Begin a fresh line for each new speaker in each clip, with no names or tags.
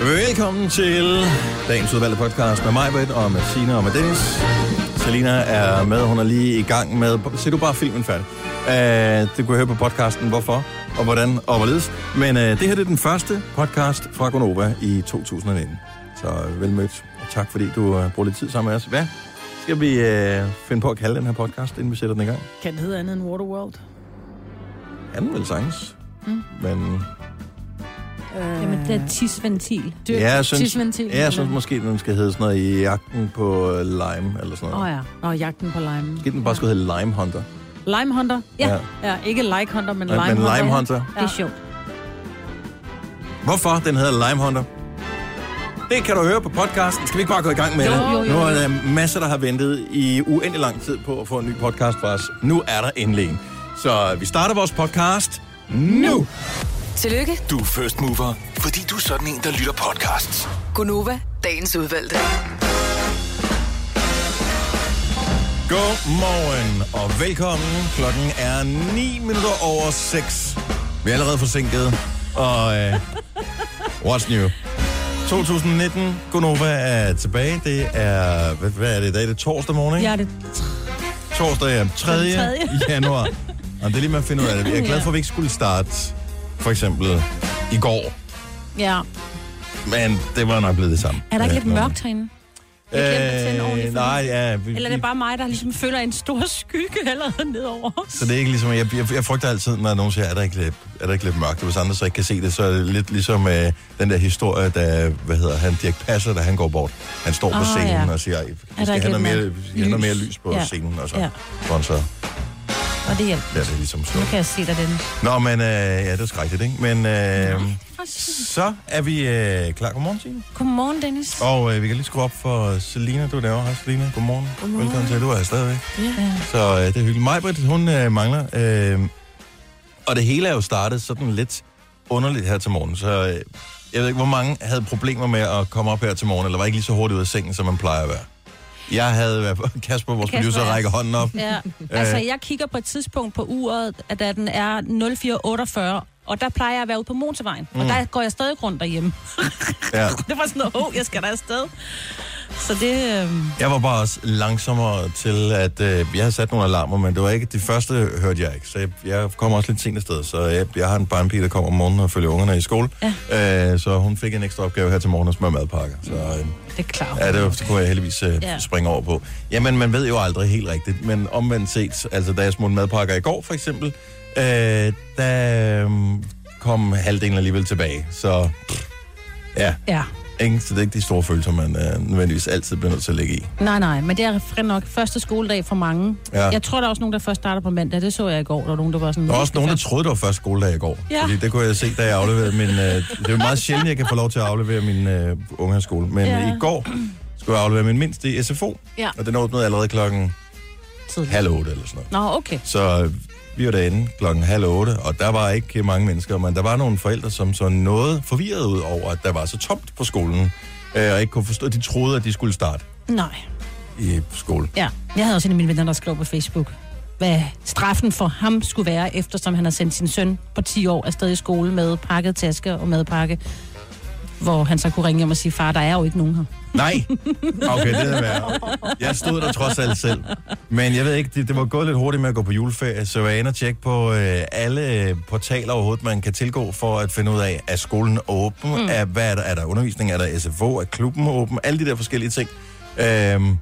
Velkommen til dagens udvalgte podcast med mig, Britt, og med Sina og med Dennis. Selina er med, hun er lige i gang med... Se du bare filmen færdig. Uh, det kunne jeg høre på podcasten, hvorfor og hvordan og hvorledes. Men uh, det her det er den første podcast fra Gonova i 2019. Så uh, velmødt, og tak fordi du uh, bruger lidt tid sammen med os. Hvad skal vi uh, finde på at kalde den her podcast, inden vi sætter den i gang?
Kan det hedde andet end Waterworld?
Ja, den vil sagtens. Mm. Men
Jamen, det er tisventil.
Ja, jeg synes-
tidsventil,
ja, jeg synes
eller-
måske, den skal hedde sådan noget i jagten på øh, Lime, eller sådan
Åh
noget.
oh, ja, og jagten på limen.
Måske den bare skulle hedde Lime Hunter.
Lime Hunter?
Ja.
Ja, ikke Like Hunter, men Lime
Men, men
Hunter.
Lime Hunter.
Det er sjovt.
Hvorfor den hedder Lime Hunter? Det kan du høre på podcasten. Skal vi ikke bare gå i gang med
Jo,
det?
jo, jo,
Nu er
jo.
der masser, der har ventet i uendelig lang tid på at få en ny podcast fra os. Nu er der endelig en. Så vi starter vores podcast nu.
Tillykke,
Du er first mover, fordi du er sådan en, der lytter podcasts.
Gunova, dagens udvalgte.
Godmorgen og velkommen. Klokken er 9 minutter over 6. Vi er allerede forsinket. Og øh, what's new? 2019, Gonova er tilbage. Det er, hvad, hvad er det i dag? Det er torsdag morgen, ikke?
Ja, det
Torsdag ja. 3.
Den tredje.
januar. Jamen, det er lige med at finde ud af det. Jeg er glad for, at vi ikke skulle starte for eksempel i går.
ja.
Men det var nok blevet det samme.
Er der ikke
Øh,
lidt
nå.
mørkt herinde? Jeg glemte at tænde ordentligt
Øh,
for
nej, ja. Vi,
Eller er det bare mig, der ligesom føler en stor skygge allerede nedover?
Så det er ikke ligesom, jeg, jeg, jeg frygter altid, når nogen siger, er der ikke lidt, er der ikke lidt mørkt? Og Hvis andre så ikke kan se det, så er det lidt ligesom øh, den der historie, da, hvad hedder han, Dirk Passer, da han går bort. Han står på
Ah,
scenen
ja.
og siger, "Ej, vi
der
skal
ikke
have noget mere, vi
lidt mørkt?
skal have noget mere
Lys.
lys på ja.
Ja.
scenen, og så ja.
Ja.
får han så
Og det hjælper.
lader det ligesom stå.
Nu kan jeg se dig den.
Nå, men øh, ja, det er skrækkeligt, ikke? Men øh, så er vi øh, klar. Godmorgen, Signe.
Godmorgen, Dennis.
Og øh, vi kan lige skrue op for Selina, du er derovre. Hej, Selina. Godmorgen. Godmorgen. Velkommen til. Du er her stadigvæk.
Ja.
Så øh, det er hyggeligt. Majbrit, hun øh, mangler. Øh, og det hele er jo startet sådan lidt underligt her til morgen. Så øh, jeg ved ikke, hvor mange havde problemer med at komme op her til morgen, eller var ikke lige så hurtigt ud af sengen, som man plejer at være. Jeg havde været Kasper, vores
Kasper,
producer,
ja.
rækker hånden op. Øh,
Ja. Altså, jeg kigger på et tidspunkt på uret, at da den er 0448, og der plejer jeg at være ude på motorvejen. Mm. Og der går jeg stadig rundt derhjemme.
Ja.
Det var sådan noget, åh, jeg skal der afsted. Så det... Øh...
øhm,
Jeg var bare også langsommere til, at øh, jeg havde sat nogle alarmer, men det var ikke de første, hørte jeg ikke. Så jeg, jeg kommer også lidt sent afsted, så jeg, jeg har en barnpige, der kommer om morgenen og følger ungerne i skole. Ja. Øh, så hun fik en ekstra opgave her til morgen at smøre madpakker. Så øh,
Det er klart.
ja, det, var, det kunne jeg heldigvis øh, ja.
Ja.
springe over på. Jamen, man ved jo aldrig helt rigtigt, men omvendt set, altså da jeg smurte madpakker i går for eksempel, øh, der øh, kom halvdelen alligevel tilbage. Så pff, ja,
Ja.
ikke? så det er ikke de store følelser, man øh, nødvendigvis altid bliver nødt til at ligge i.
Nej, nej, men det er rigtig nok første skoledag for mange.
Ja.
Jeg tror, der er også nogen, der først starter på mandag. Det så jeg i går. Der var nogen, der var sådan...
Der var også nogen, der troede, det var første skoledag i går. Ja.
Ja.
Fordi det kunne jeg se, da jeg afleverede min... Øh, det er jo meget sjældent, jeg kan få lov til at aflevere min øh, unge i skole. Men ja.
Ja.
i går skulle jeg aflevere min mindste i SFO.
Ja.
Og den åbnede allerede klokken
Tidligt.
halv otte eller sådan noget.
Nå, okay.
Så øh, vi var derinde klokken halv otte, og der var ikke mange mennesker, men der var nogle forældre, som så noget forvirret ud over, at der var så tomt på skolen, øh, og ikke kunne forstå, de troede, at de skulle starte
Nej.
i skole.
Ja. Jeg havde også en af mine venner, der skrev på Facebook, hvad straffen for ham skulle være, eftersom han har sendt sin søn på 10 år afsted i skole med pakket taske og madpakke. Hvor han så kunne ringe hjem og sige, far, der er jo ikke nogen her.
Nej. Okay, det er værre. Jeg stod der trods alt selv. Men jeg ved ikke, det, det var gået lidt hurtigt med at gå på juleferie, så jeg var inde og tjekke på øh, alle øh, portaler overhovedet, man kan tilgå for at finde ud af, er skolen åben? Mm. Er, hvad er der? Er der undervisning? Er der SFO? Er klubben åben? Alle de der forskellige ting. Øhm,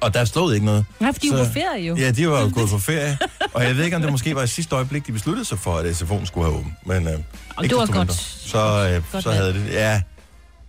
og der stod ikke noget.
Nej, fordi de var på ferie jo.
Ja, de var jo gået på ferie. Og jeg ved ikke, om det måske var i sidste øjeblik, de besluttede sig for, at SFO'en skulle have åben. Men øh, ikke
det var
desto
godt.
mindre. Så, øh,
Godt
så
valg.
havde det, ja.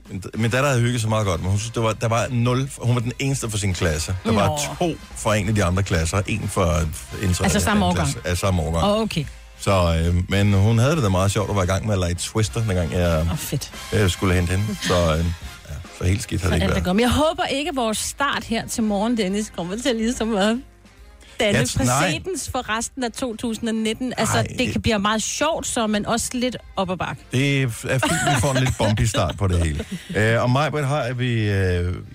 Min- Min datter havde hygget sig meget godt, men hun synes, det var, der var nul, hun var den eneste fra sin klasse. Der var
Nå.
to fra en af de andre klasser, og en fra en tredje
Altså samme
klasse.
årgang?
Ja, samme årgang.
Åh, okay.
Så, øh, men hun havde det da meget sjovt, og var i gang med at lege Twister, dengang jeg,
Åh, fedt.
jeg skulle hente hende. Så, øh, ja, så helt skidt har det
Alt
ikke
er
været.
godt. Men jeg håber ikke, at vores start her til morgen, Dennis, kommer til at lide som hvad? Danne
Jeg t-
jeg,
nej.
præcedens for resten af 2019. Altså,
Ej,
Ej, det
det-
kan blive meget sjovt, så men også lidt op ad bakke.
Det er fint, vi får en lidt bumpy start på det hele. Øh, og mig, Britt, har vi... Øh,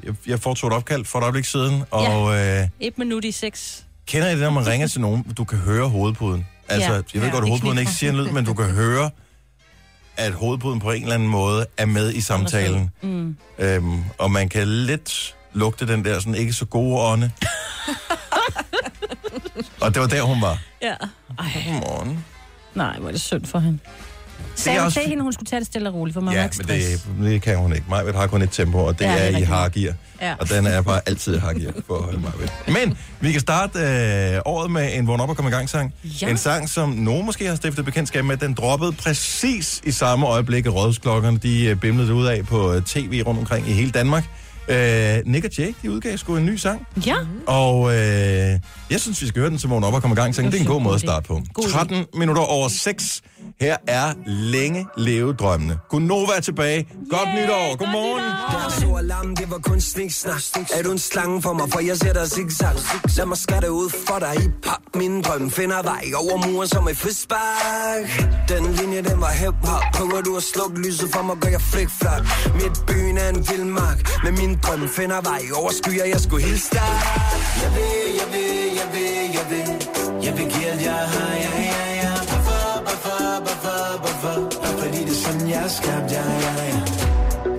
jeg- jeg foretog et opkald for et øjeblik siden, og øh,
Et minut i seks.
kender I det, når man ringer til nogen, du kan høre hovedpuden? Altså,
Ja.
jeg ved
Ja,
godt, at
det
hovedpuden
knipper.
ikke siger en lyd, men du kan høre at hovedpuden på en eller anden måde er med i samtalen.
Mm.
Øhm, og man kan lidt lugte den der sådan ikke så gode ånde. og det var der, hun var.
Ja. Ej,
Godmorgen.
nej, hvor er det synd for hende. Sagde,
også-
også... sagde hende, hun skulle tage det stille og roligt, for mig
Ja,
ikke
men
stress.
det, det kan hun ikke. Majved har kun et tempo, og det
Ja,
ja,
det er
er i
rigtigt.
hargear.
Ja.
Og den er bare altid i hargear for at holde Majved. Men vi kan starte øh, året med en vågn op og komme i gang sang.
Ja.
En sang, som nogen måske har stiftet bekendtskab med. Den droppede præcis i samme øjeblik, at rådhusklokkerne de øh, bimlede ud af på øh, tv rundt omkring i hele Danmark. Øh, Nick og Jake, de udgav sgu en ny sang.
Ja,
Og øh, jeg synes, vi skal høre den som vågn op og komme i gang sang. Det er en god måde at starte på.
God idé.
13 minutter over 6. Her er Længe leve drømmene. Gunova er tilbage. Godt nytår. Godmorgen.
Så alarm, det var kun snik snak Er du en slange for mig, for jeg sætter zigzag Lad mig skatte ud for dig i pap Min drøm finder vej over muren som et frispark Den linje, den var hip-hop Prøver du at slukke lyset for mig, gør jeg flik-flak Mit byen er en vildmark Men min drøm finder vej over skyer, jeg skulle hilse dig Jeg vil, jeg vil, jeg vil, jeg vil Jeg vil give alt jeg har, ja, ja, ja Hvorfor, hvorfor, hvorfor, hvorfor Bare Fordi det er sådan, jeg er skabt, ja, ja, ja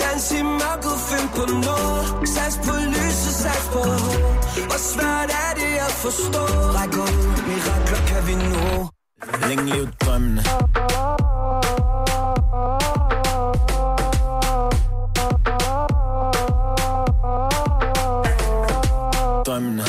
Dans i mørket, find på noget Sats på lyset, sats på håb Hvor svært er det at forstå Ræk ud, mirakler kan vi nå Længe lev drømmene Drømmene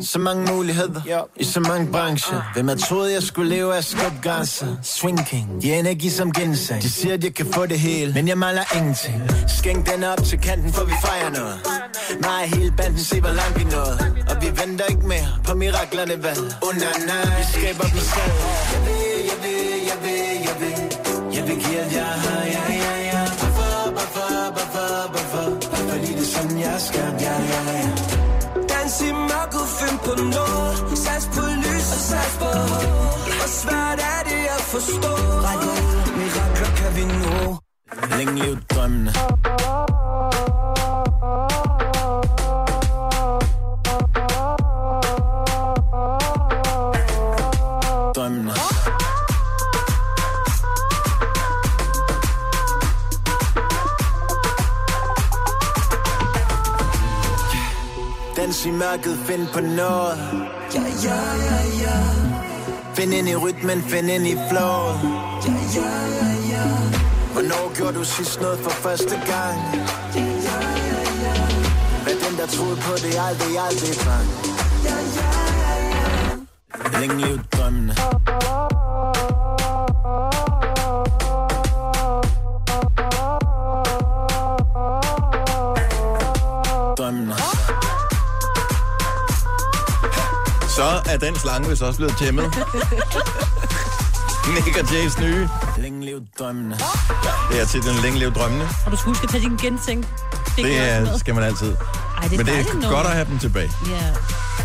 Så mange muligheder i så mange brancher. Hvem havde troet, jeg skulle leve af skub grænser? Swing King, de energi som ginseng. De siger, at jeg kan få det hele, men jeg mangler ingenting. Skænk den op til kanten, for vi fejrer noget. Mig og hele banden, se hvor langt vi nåede. Og vi venter ikke mere på miraklerne, hvad? Oh nej, nej, vi skaber dem selv. Jeg vil, jeg vil, jeg vil, jeg vil. Jeg vil give alt jeg har, ja, ja, ja. Hvorfor, hvorfor, hvorfor, hvorfor? Bare Fordi det er sådan, jeg skal, ja, ja, ja.
Dans i mørket, find på noget Sats på lyset, sats på håb Hvor svært er det at forstå Ræk ud, mirakler kan vi nå
Længe lev drømmene. Drømmene. Dans i mørket, find på noget.
Ja, ja, ja, ja
Find ind i rytmen, find ind i flowet.
Ja, ja, ja, ja
Hvornår gjorde du sidst noget for første gang? Hvad den, der troede på det, aldrig, aldrig fang? Længe liv drømmene. Drømmene.
Så er den slange vist også blevet tæmmet. Nick og Jays nye.
Længe liv drømmene.
Det er titlen Længe leve drømmene.
Og du skulle huske at tage din genseng. kan
Det
også
er,
noget.
skal man altid.
Ej, det er
Men det
dejligt
er
nummer.
godt at have dem tilbage.
Ja.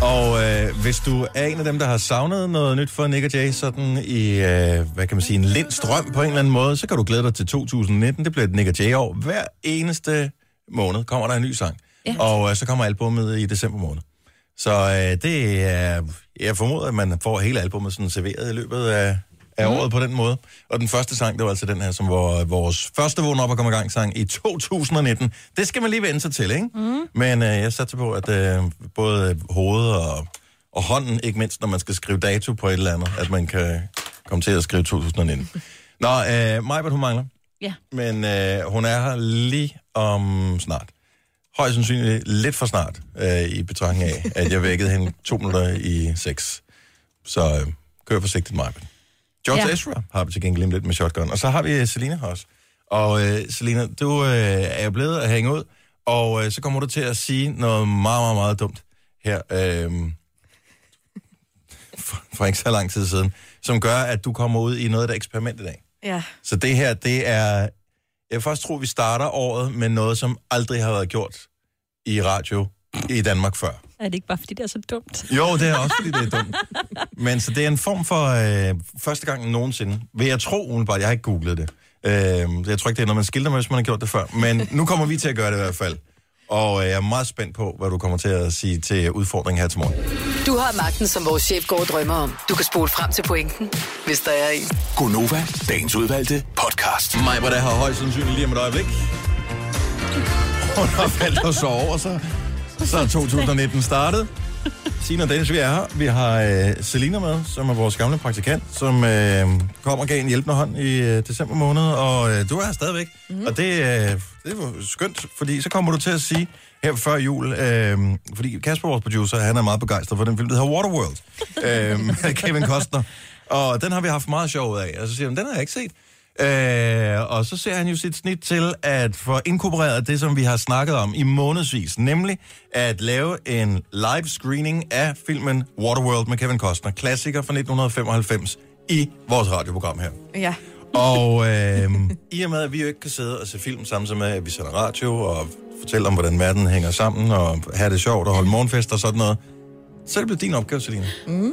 Og øh, hvis du er en af dem, der har savnet noget nyt for Nick og Jay, sådan i, øh, hvad kan man sige, en lind strøm på en eller anden måde, så kan du glæde dig til 2019. Det bliver et Nick og Jay-år. Hver eneste måned kommer der en ny sang. Ja. Og øh, så kommer albumet i december måned. Så øh, det er, jeg formoder, at man får hele albumet sådan serveret i løbet af, af mm. året på den måde. Og den første sang, det var altså den her, som var vores første vågen op og komme i gang sang i 2019. Det skal man lige vende sig til, ikke? Mm. Men øh, jeg satser på, at øh, både hovedet og, og hånden, ikke mindst når man skal skrive dato på et eller andet, at man kan komme til at skrive 2019. Nå, øh, Majbert, hun mangler.
Ja.
Men øh, hun er her lige om snart. Højst sandsynligt lidt for snart, øh, i betragtning af, at jeg vækkede hende to minutter i seks. Så øh, kør forsigtigt, Marvin. George ja.
Ja.
Ezra har vi til gengæld lige om lidt med shotgun. Og så har vi øh, Selina her også. Og øh, Selina, du øh, er jo blevet at hænge ud, og øh, så kommer du til at sige noget meget, meget, meget dumt her. Øh, for, for ikke så lang tid siden, som gør, at du kommer ud i noget af et eksperiment i dag.
Ja,
Så det her, det er... Jeg vil faktisk tro, vi starter året med noget, som aldrig har været gjort i radio i Danmark før.
er det ikke bare fordi, det er så dumt?
Jo, det er også, fordi det er dumt. Men så det er en form for øh, første gang nogensinde. Vil jeg tro umiddelbart, jeg har ikke googlet det. Øh, jeg tror ikke, det er noget, man skilter med, hvis man har gjort det før. Men nu kommer vi til at gøre det i hvert fald. Og øh, jeg er meget spændt på, hvad du kommer til at sige til udfordringen her til morgen.
Du har magten, som vores chef går og drømmer om. Du kan spole frem til pointen, hvis der er en.
Gonova, dagens udvalgte podcast.
Mig, hvor der har højst sandsynligt lige om et øjeblik. Hun har faldt og sovet over sig. Så er 2019 startet. Signe og Dennis, vi er her. Vi har øh, Selina med, som er vores gamle praktikant, som øh, kom og gav en hjælpende hånd i øh, december måned, og øh, du er her stadigvæk. Mm-hmm. Og det, øh, det var skønt, fordi så kommer du til at sige her før jul, øh, fordi Kasper, vores producer, han er meget begejstret for den film, der hedder Waterworld, øh, med Kevin Costner. Og den har vi haft meget sjov ud af. Og så siger han, den har jeg ikke set. Øh, og så ser han jo sit snit til at få inkorporeret det, som vi har snakket om i månedsvis, nemlig at lave en live screening af filmen Waterworld med Kevin Costner, klassiker fra 1995, i vores radioprogram her.
Ja.
Og øh, i og med, at vi jo ikke kan sidde og se film samtidig med, at vi sender radio og fortæller om, hvordan verden hænger sammen, og have det sjovt og holde morgenfest og sådan noget, så er det blevet din opgave, Selina.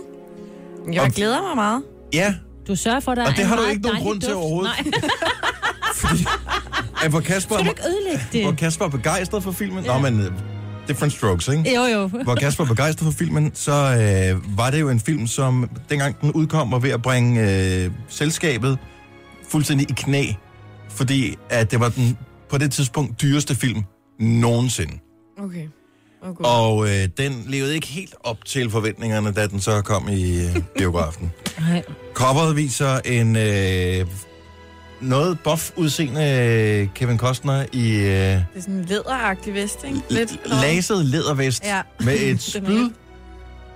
Jeg
Og-
glæder mig meget.
Ja,
Du sørger for, at der
Og
er
det
en
har du
meget
ikke nogen
dejlig
grund til
duft.
overhovedet.
Nej,
at hvor Kasper...
skal du ikke ødelægge det?
Hvor Kasper er begejstret for filmen. Ja. Nå, men øh, different strokes, ikke?
Jo, jo.
Hvor Kasper er begejstret for filmen, så øh, var det jo en film, som dengang den udkom, var ved at bringe øh, selskabet fuldstændig i knæ. Fordi at det var den på det tidspunkt dyreste film nogensinde.
Okay.
Oh,
Okay.
Og øh, den levede ikke helt op til forventningerne, da den så kom i øh, biografen.
Nej.
Coveret viser en øh, noget buff-udseende øh, Kevin Costner i... Øh,
Det er sådan en læderagtig vest, ikke? Lidt. eller hvad?
laset lædervest ja.
Ja.
med et
Den er
spyd.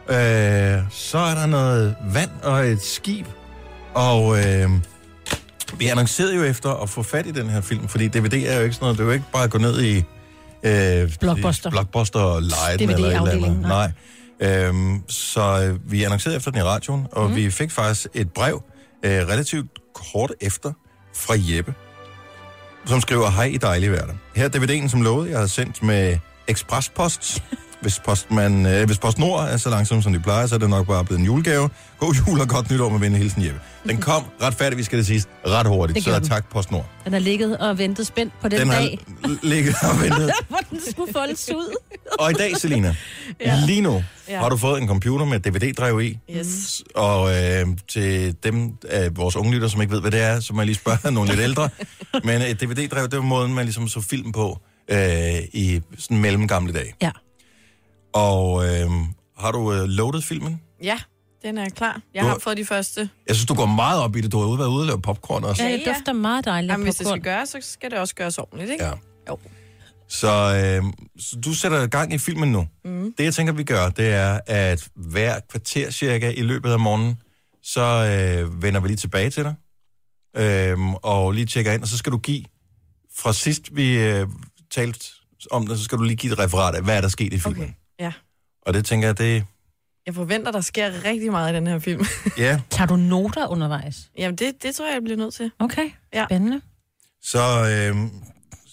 Øh, så er der noget vand og et skib. Og øh, vi annoncerede jo efter at få fat i den her film, fordi DVD er jo ikke sådan noget. Det er jo ikke bare at gå ned i... Øh,
Blockbuster.
i Blockbuster og lege den eller et eller andet.
DVD-afdelingen,
Nej.
nej.
Øhm, så øh, vi annoncerede efter den i radioen, og mm. vi fik faktisk et brev øh, relativt kort efter fra Jeppe, som skriver, hej i dejlige verden. Her er DVD'en, som lovede, jeg havde sendt med eksprespost. Hvis, postman, øh, hvis PostNord er så langsom, som de plejer, så er det nok bare blevet en julegave. God jul og godt nytår med venlig hilsen, Jeppe. Den kom retfærdigvis, skal det siges, ret hurtigt.
Det
så
gjorde den.
tak PostNord.
Den har ligget og ventet spændt på den,
Den har
dag,
l- ligget og ventet.
hvor den skulle foldes ud.
Og i dag, Selina, ja. lige nu ja. har du fået en computer med DVD-drev i.
Yes.
Og øh, til dem af vores unge lytter, som ikke ved, hvad det er, så må jeg lige spørge nogle lidt ældre. Men øh, et DVD-drev, det var måden, man ligesom så film på øh, i sådan mellemgamle dage.
Ja.
Og øh, har du øh, loadet filmen?
Ja, den er klar. Jeg
Du
har
har-
fået de første.
Jeg synes, du går meget op i det. Du har jo været ude og lave popcorn også.
Ja,
Ja,
det
ja.
dufter meget dejligt
Jamen, hvis det skal
popcorn.
gøres, så skal det også gøres ordentligt, ikke?
Ja.
Jo.
Så, øh, så du sætter gang i filmen nu. Mm. Det, jeg tænker, vi gør, det er, at hver kvarter cirka i løbet af morgenen, så øh, vender vi lige tilbage til dig, øh, og lige tjekker ind, og så skal du give, fra sidst vi øh, talte om det, så skal du lige give et referat af, hvad er der sket i filmen. Okay.
Okay. Ja.
Og det tænker jeg, det...
Jeg forventer, der sker rigtig meget i den her film.
Ja,
Tager du noter undervejs?
Jamen, det, det tror jeg, jeg bliver nødt til.
Okay,
Ja.
spændende.
så, øh,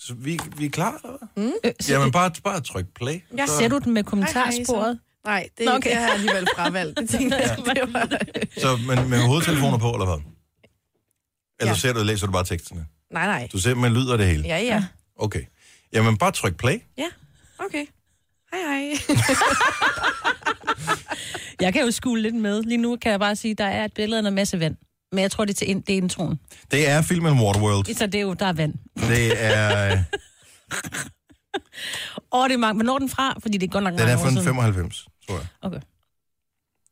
så vi, vi er klar, eller hvad?
Øh, se-
Jamen, bare, bare tryk play.
Ja.
så,
Ser du den med
Mm. Hej,
kommentarsporet?
Nej, det,
Nå,
okay.
okay.
det har jeg alligevel fravalgt. Det tænker jeg, det var...
så med, med hovedtelefoner på, eller hvad? Eller
Ja.
ser du, læser du bare teksterne?
Nej, nej.
Du ser, man lyder det hele.
Ja, ja.
Okay. Jamen, bare tryk play.
Ja, okay. Hej, hej.
Jeg kan jo skule lidt med. Lige nu kan jeg bare sige, at der er et billede af en masse vand. Men jeg tror, det er, til ind, det er introen.
Det er filmen Waterworld.
Så det er jo, der er vand.
Det er... øh,
Åh, det er mange. Hvornår er den fra? Fordi det er godt nok
Den
mange
er
år
fra den
siden.
95, tror jeg.
Okay.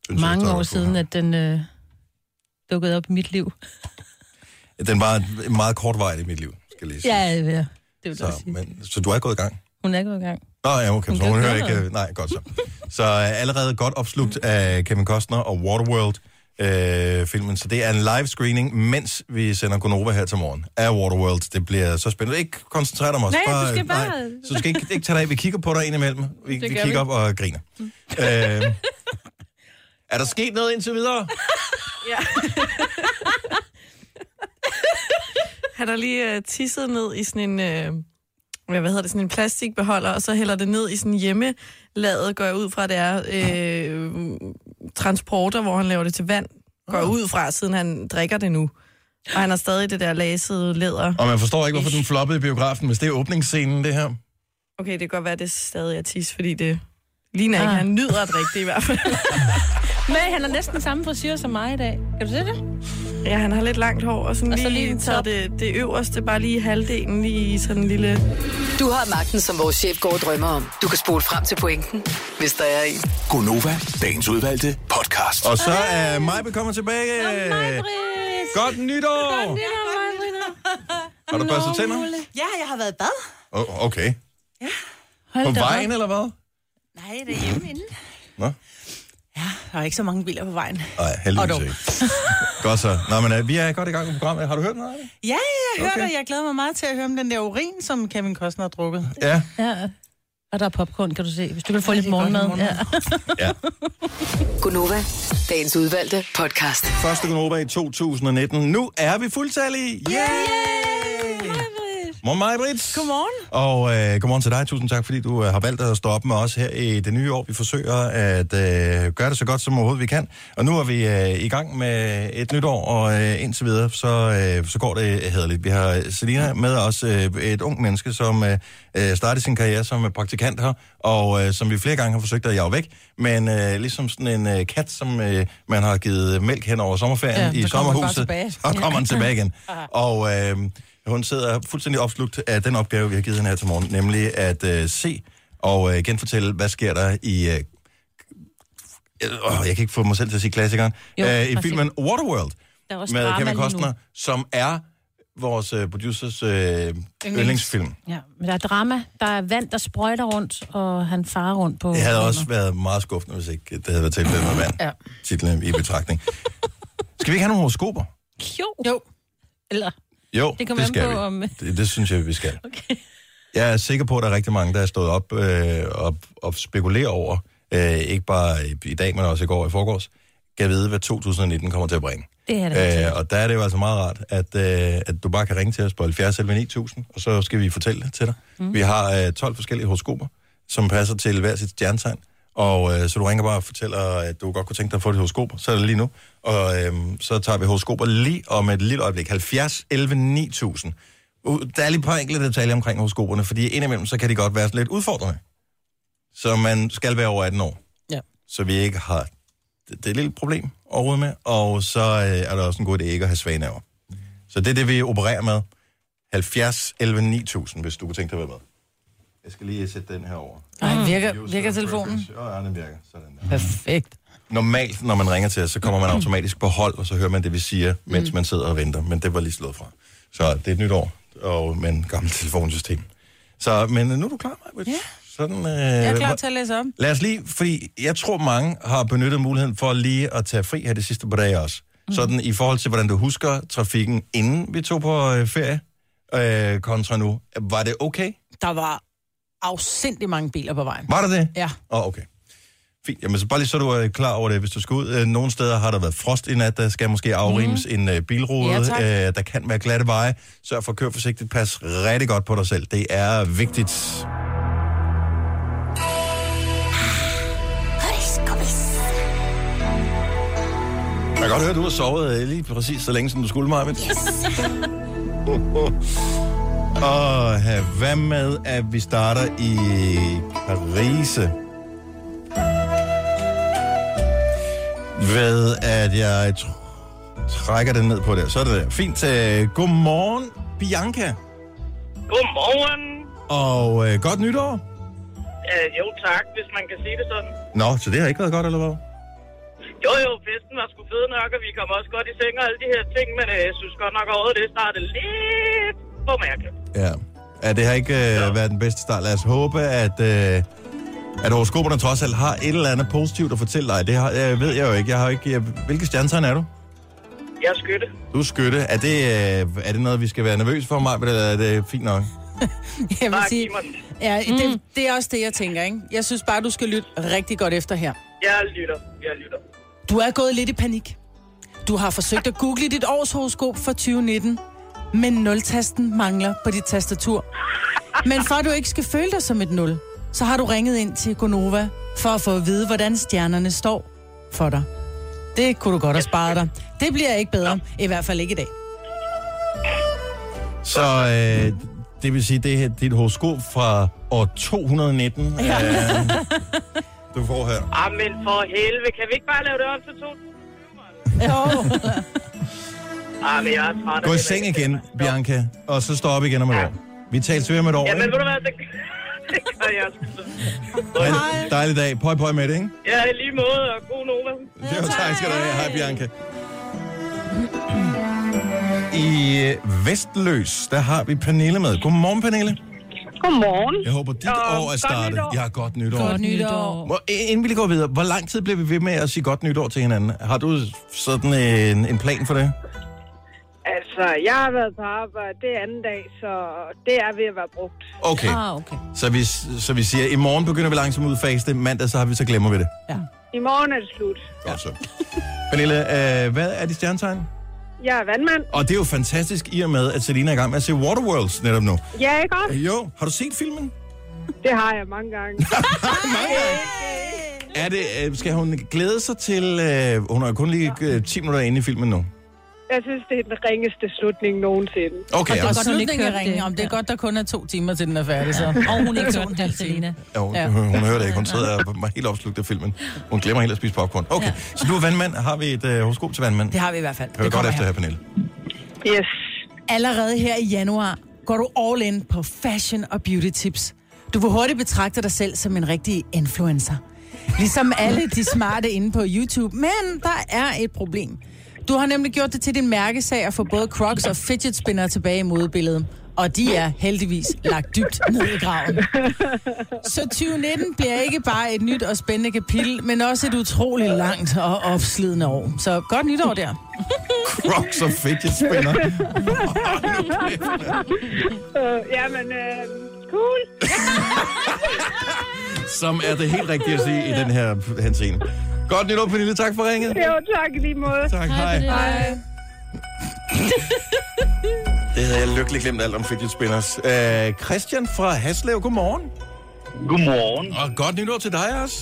Synes, jeg,
mange
der
år
var
siden,
på
at den øh, dukkede op i mit liv.
her. Den var en meget kort vej i mit liv, skal jeg lige sige.
Ja, ja. Det vil jeg
så,
sige.
men, så du er gået i gang?
Hun er ikke gået i gang.
Nå, ja, okay,
Hun
så
kan
hun
ikke
hører
høre
ikke...
noget.
øh, Nej, godt så. Så øh, allerede godt opslugt af Kevin Costner og Waterworld. Øh, filmen, så det er en live screening, mens vi sender Gonova her til morgen af Waterworld. Det bliver så spændende. Ikke koncentrere dig om os.
Nej, du skal bare-
Nej, så du skal ikke, ikke tage dig af. Vi kigger på dig indimellem. Vi, vi
gør
kigger
vi.
op og griner. øh, er der sket noget indtil videre?
Han har lige øh, tisset ned i sådan en... Øh, ja, hvad hedder det? Sådan en plastikbeholder, og så hælder det ned i sådan en hjemmelavet, går jeg ud fra, det er øh, transporter, hvor han laver det til vand. Går jeg ud fra, siden han drikker det nu. Og han har stadig det der lasede læder.
Og man forstår ikke, hvorfor den floppede i biografen, hvis det er åbningsscenen, det her.
Okay, det kan godt være, at det stadig er tis, fordi det ligner ikke,
Ah.
han nyder at drikke det i hvert fald.
Men han har næsten samme frisyr som mig i dag. Kan du se det?
Ja, han har lidt langt hår, og sådan
Og
og
så
lige,
lige en
lige taget
top.
det, det øverste, bare lige halvdelen, lige i sådan en lille...
Du har magten, som vores chef går og drømmer om. Du kan spole frem til pointen, hvis der er en.
Gonova, dagens udvalgte podcast.
Og så er mig bekommet tilbage. Godt nytår! Godt nytår. Har du børstet tænder?
Ja, jeg har været i bad.
Oh, okay.
Hold
På
da op.
vejen, eller hvad?
Nej, det er hjemme inden.
Nå.
Ja, der er ikke så mange biler på vejen.
Nej, heldigvis ikke. Godt så. Nå, men øh, vi er godt i gang med programmet. Har du hørt noget af det?
Ja, ja, jeg hørte,
Okay.
okay. jeg glæder mig meget til at høre om den der urin, som Kevin Costner har drukket.
Ja.
Ja. Og der er popcorn, kan du se. Hvis du vil få lidt
Det er godt
morgenmad.
med
Ja.
Gunova, dagens udvalgte podcast.
Første Gunova i 2019. Nu er vi fuldtallige. Yay! Morgen, Maja Brits. Godmorgen. Og øh, godmorgen til dig. Tusind tak, fordi du øh, har valgt at stå op med os her i det nye år. Vi forsøger at øh, gøre det så godt som overhovedet vi kan. Og nu er vi øh, i gang med et nyt år, og øh, indtil videre, så, øh, så går det hederligt. Vi har øh, Selina med os, øh, et ung menneske, som øh, øh, startede sin karriere som praktikant her, og øh, som vi flere gange har forsøgt at jage væk. Men øh, ligesom sådan en øh, kat, som øh, man har givet mælk hen over sommerferien
Ja,
i
så kommer den bare
sommerhuset,
tilbage.
så kommer den
Ja.
tilbage igen.
Aha.
Og øh, hun sidder fuldstændig opslugt af den opgave, vi har givet hende her til morgen, nemlig at øh, se og øh, genfortælle, hvad sker der i... Øh, øh, jeg kan ikke få mig selv til at sige klassikeren.
Jo,
Jo, øh, I
præcis.
filmen Waterworld
Der er også
med
drama
Kevin
lige nu.
Costner, som er vores øh, producers øh, yndlingsfilm.
Ja, men der er drama. Der er vand, der sprøjter rundt, og han farer rundt på...
Det havde også været meget skuffende, hvis ikke det havde været tilfældet med vand.
Ja.
Titlen i betragtning. Skal vi ikke have nogle horoskoper?
Jo. Jo. Eller...
Jo,
Det
det,
kommer
det
an
skal
på,
vi.
om-
Det, det synes jeg, vi skal. Okay. Jeg er sikker på, at der er rigtig mange, der er stået op øh, og, og spekulerer over, øh, ikke bare i, i dag, men også i går og i forgårs, kan vide, hvad 2019 kommer til at bringe.
Det er det. helt
Øh, og der er det jo altså meget rart, at, øh, at du bare kan ringe til os på 70 11 9000, og så skal vi fortælle det til dig. Mm. Vi har øh, 12 forskellige horoskoper, som passer til hver sit stjernetegn. Og øh, så du ringer bare og fortæller, at du godt kunne tænke dig at få dit horoskop, så er det lige nu. Og øh, så tager vi horoskoper lige om et lille øjeblik. 70 11 9000. Uh, Der er lige et par enkelte detaljer omkring horoskoperne, fordi indimellem så kan de godt være sådan lidt udfordrende. Så man skal være over 18 år.
Ja.
Så vi ikke har det, det er et lille problem at rode med, og så øh, er der også en god idé ikke at have svaneaver. Så det er det, vi opererer med. 70 11 9000, hvis du kunne tænke dig at være med. Jeg skal lige sætte den her over.
Nej, virker, virker telefonen?
Ja, den virker. Sådan
der. Perfekt.
Normalt, når man ringer til os, så kommer man automatisk på hold, og så hører man det, vi siger, mens
Mm.
man sidder og venter. Men det var lige slået fra. Så det er et nyt år, og med en gammel telefonsystem. Så, men øh, nu er du klar, Maja? Ja. Sådan, øh,
Jeg er klar til at læse op.
Lad os lige, fordi jeg tror, mange har benyttet muligheden for lige at tage fri her det sidste par dage også.
Mhm.
Mm. Sådan i forhold til, hvordan du husker trafikken, inden vi tog på øh, ferie, øh, kontra nu. Var det okay?
Der var afsindig mange biler på vejen.
Var det det?
Ja.
Åh, oh, okay. Fint. Jamen, så bare lige så du er klar over det, hvis du skal ud. Øh, Nogle steder har der været frost i nat, der skal måske afrimes mm. en øh, bilrude.
Mhm. Ja, tak.
Øh, der kan være glatte veje. Sørg for at køre forsigtigt. Pas rigtig godt på dig selv. Det er vigtigt. Jeg kan godt høre, at du har sovet øh, lige præcis så længe, som du skulle, Marvind. Og hvad med, at vi starter i Parise? Ved at jeg tr- trækker den ned på der. Så er det der. Fint. Øh, Godmorgen, Bianca.
Godmorgen.
Og øh, godt nytår.
Øh, jo tak, hvis man kan sige det sådan.
Nå, så det har ikke været godt, eller hvad?
Jo jo, festen var sgu fed nok, og vi kom også godt i seng og alle de her ting, men øh, jeg synes godt nok, at året det startede lidt for mærkeligt.
Ja. ja det har ikke øh, været den bedste start. Lad os håbe, at, øh, at horoskoperne trods alt har et eller andet positivt at fortælle dig. Det har, øh, ved jeg jo ikke. Jeg har jo ikke jeg, hvilke stjernetegn er du?
Jeg er skytte.
Du er skytte. Er det, øh, er det noget, vi skal være nervøs for, mig, eller er det fint nok?
Jeg vil sige, ja,
Mm.
det, det er også det, jeg tænker, ikke? Jeg synes bare, du skal lytte rigtig godt efter her.
Jeg lytter. Jeg lytter.
Du er gået lidt i panik. Du har forsøgt at google dit års horoskop for 2019, men nultasten mangler på dit tastatur. Men for at du ikke skal føle dig som et nul, så har du ringet ind til Gonova for at få at vide, hvordan stjernerne står for dig. Det kunne du godt have sparet dig. Det bliver ikke bedre, i hvert fald ikke i dag.
Så øh, Det vil sige, det her dit horoskop fra år 219. Ja. Øh, du får her.
Ah, men for helvede, kan vi ikke bare lave det om til to?
Jo.
Ah, men jeg er træt af
Gå i
det.
seng igen, Bianca, og så stå op igen om et år. Vi tales ved om et år,
Ja, men
ikke?
ved du hvad, det, det gør jeg sgu så.
Dejlig, dejlig dag. Pøj, pøj med det, ikke?
Ja, i lige måde, og god Nova.
Jo, tak skal du have. Hej, Bianca. I øh, Vestløs, der har vi Pernille med. Godmorgen, Pernille.
Godmorgen.
Jeg håber, dit
Og
år er
godt
startet.
nytår.
Jeg har godt nytår.
Godt nytår.
Må, inden vi lige går videre, hvor lang tid bliver vi ved med at sige godt nytår til hinanden? Har du sådan en, en plan for det?
Altså, jeg har været på arbejde, det er anden dag, så det er ved at være brugt.
Okay.
Ah, okay.
Så vi, så vi siger, at i morgen begynder vi langsomt at udfase det, mandag så har vi så glemmer vi det.
I morgen er det slut.
Godt så. Pernille, øh, hvad er dit stjernetegn?
Jeg er vandmand.
Og det er jo fantastisk i og med, at Selina er i gang med at se Waterworlds netop nu.
Ja, ikke også?
Jo, har du set filmen?
Det har jeg mange gange.
mange gange? Er det, øh, skal hun glæde sig til... Øh, hun er jo kun lige øh, 10 minutter inde i filmen nu.
Jeg synes, det er den ringeste slutning nogensinde.
Okay,
og det er
og
godt,
så-
hun
ikke
ikke
hørte
ringe. Om det er godt, der kun er to timer, til den er færdig, så.
Og hun ikke
To og en
hørte det,
halv time.
Selina.
Ja, hun,
Ja.
ja. hun hører det ikke. Hun sidder og er helt opslugt af filmen. Hun glemmer helt at spise popcorn. Okay, ja. så du er vandmand. Har vi et øh, horoskop til vandmand?
Det har vi i hvert fald.
Hør godt
Det kommer
efter
her.
her, Pernille.
Yes.
Allerede her i januar går du all in på fashion og beauty tips. Du vil hurtigt betragte dig selv som en rigtig influencer. Ligesom alle de smarte inde på YouTube. Men der er et problem. Du har nemlig gjort det til din mærkesag at få både crocs og fidget spinner tilbage i modebilledet. Og de er heldigvis lagt dybt ned i graven. Så 2019 bliver ikke bare et nyt og spændende kapitel, men også et utroligt langt og opslidende år. Så godt nytår der.
Crocs og fidget spinner.
Øh, jamen, øh, cool.
Som er det helt rigtige at sige i den her henseende. Godt nytår, Pernille. Tak for ringet.
Jo, tak i lige måde.
Tak, Hej, hej. Pernille.
hej.
Det havde jeg lykkeligt glemt alt om fidget spinners. Øh, Christian fra Haslev, godmorgen.
Godmorgen.
Og godt nytår til dig også.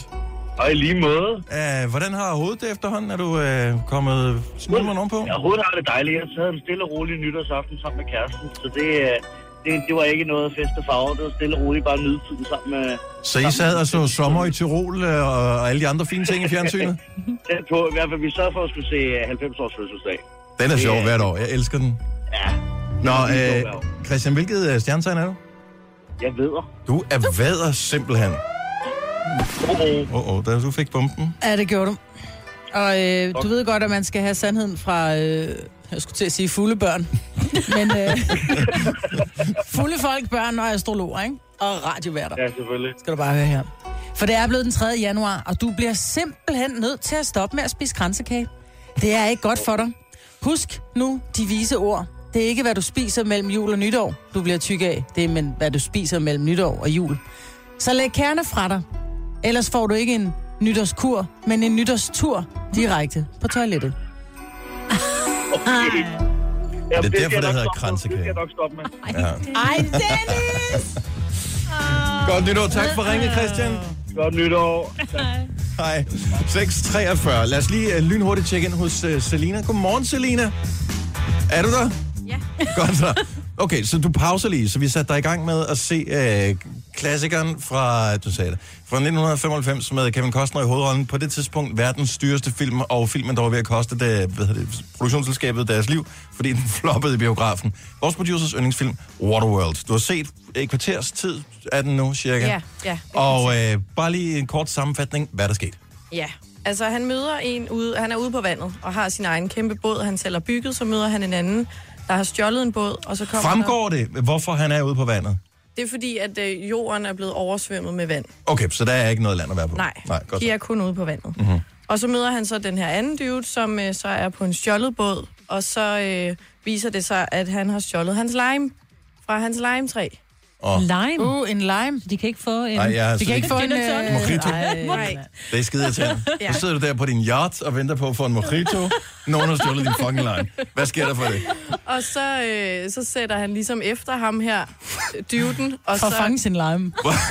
Og i lige måde.
Øh, hvordan har hovedet det efterhånden? Er du øh, kommet smule ovenpå?
Jeg overhovedet har det dejligt. Jeg havde en stille og rolig nytårsaften sammen med kæresten, så det, øh, det, det var ikke noget fest og farver. Det var stille og roligt bare nyde tiden sammen med...
Så I sad og så sommer i Tirol øh, og alle de andre fine ting i fjernsynet?
Den på, I hvert fald, vi sørgede for at skulle se øh, 90-års fødselsdag.
Den er
Det
sjov hvert år. Jeg elsker den.
Ja.
Nå,
Det er en
øh,
sjov
Christian, hvilket øh, stjernetegn er du?
Jeg vedder.
Du er vader simpelthen. Åh, oh, oh, da du fik bomben.
Ja, det gjorde du. Og øh, du ved godt, at man skal have sandheden fra, øh, jeg skulle til at sige fulde børn, men øh, fulde folk, børn og astrologer, ikke? Og radioværter.
Ja, selvfølgelig.
Skal du bare høre her. For det er blevet den 3. januar, og du bliver simpelthen nødt til at stoppe med at spise kransekage. Det er ikke godt for dig. Husk nu de vise ord. Det er ikke, hvad du spiser mellem jul og nytår, du bliver tyk af. Det er, men, hvad du spiser mellem nytår og jul. Så læg kerne fra dig. Ellers får du ikke en nytårskur, men en nytårstur direkte på toilettet.
Okay.
Det er
skal
derfor,
jeg
det
nok stoppe
hedder
med. Det skal
kransekage.
jeg nok stoppe med.
Ja.
Ej, Dennis! Ah.
Godt nytår. Tak for ringet, Christian.
Godt nytår.
Hej. 6.43. Lad os lige øh, lynhurtigt tjekke ind hos øh, Selina. Godmorgen, Selina. Er du der? Ja. Godt så. Okay, så du pauser lige, så vi satte dig i gang med at se øh, klassikeren fra, du sagde det, fra 1995 med Kevin Costner i hovedrollen. På det tidspunkt verdens dyreste film, og filmen, der var ved at koste det, hvad hedder det, produktionsselskabet deres liv, fordi den floppede i biografen. Vores producers yndlingsfilm, Waterworld. Du har set et kvarters tid af den nu, cirka.
Ja, ja.
Og øh, bare lige en kort sammenfatning, hvad er der skete.
Ja, altså han møder en ude, han er ude på vandet og har sin egen kæmpe båd, han selv har bygget, så møder han en anden, der har stjålet en båd, og så kommer
Fremgår det, hvorfor han er ude på vandet?
Der, det er fordi, at øh, jorden er blevet oversvømmet med vand.
Okay, så der er ikke noget land at være på?
Nej,
Nej godt
de
så.
er kun ude på vandet.
Mhm.
Og så møder han så den her anden dude, som øh, så er på en stjålet båd, og så øh, viser det sig, at han har stjålet hans lime fra hans limetræ.
Åh.
Lime?
Uh, en lime.
De kan ikke få en...
Ej, jeg har
de
slet
kan ikke få en...
en
Øh...
mojito.
Nej.
Det er skide irriterende.
Ja.
ja. Så sidder du der på din yacht og venter på at få en mojito. Nogen har stjålet din fucking lime. Hvad sker der for det?
Og så, øh, så sætter han ligesom efter ham her, øh, dyvden. Og
For
så,
at fange sin lime.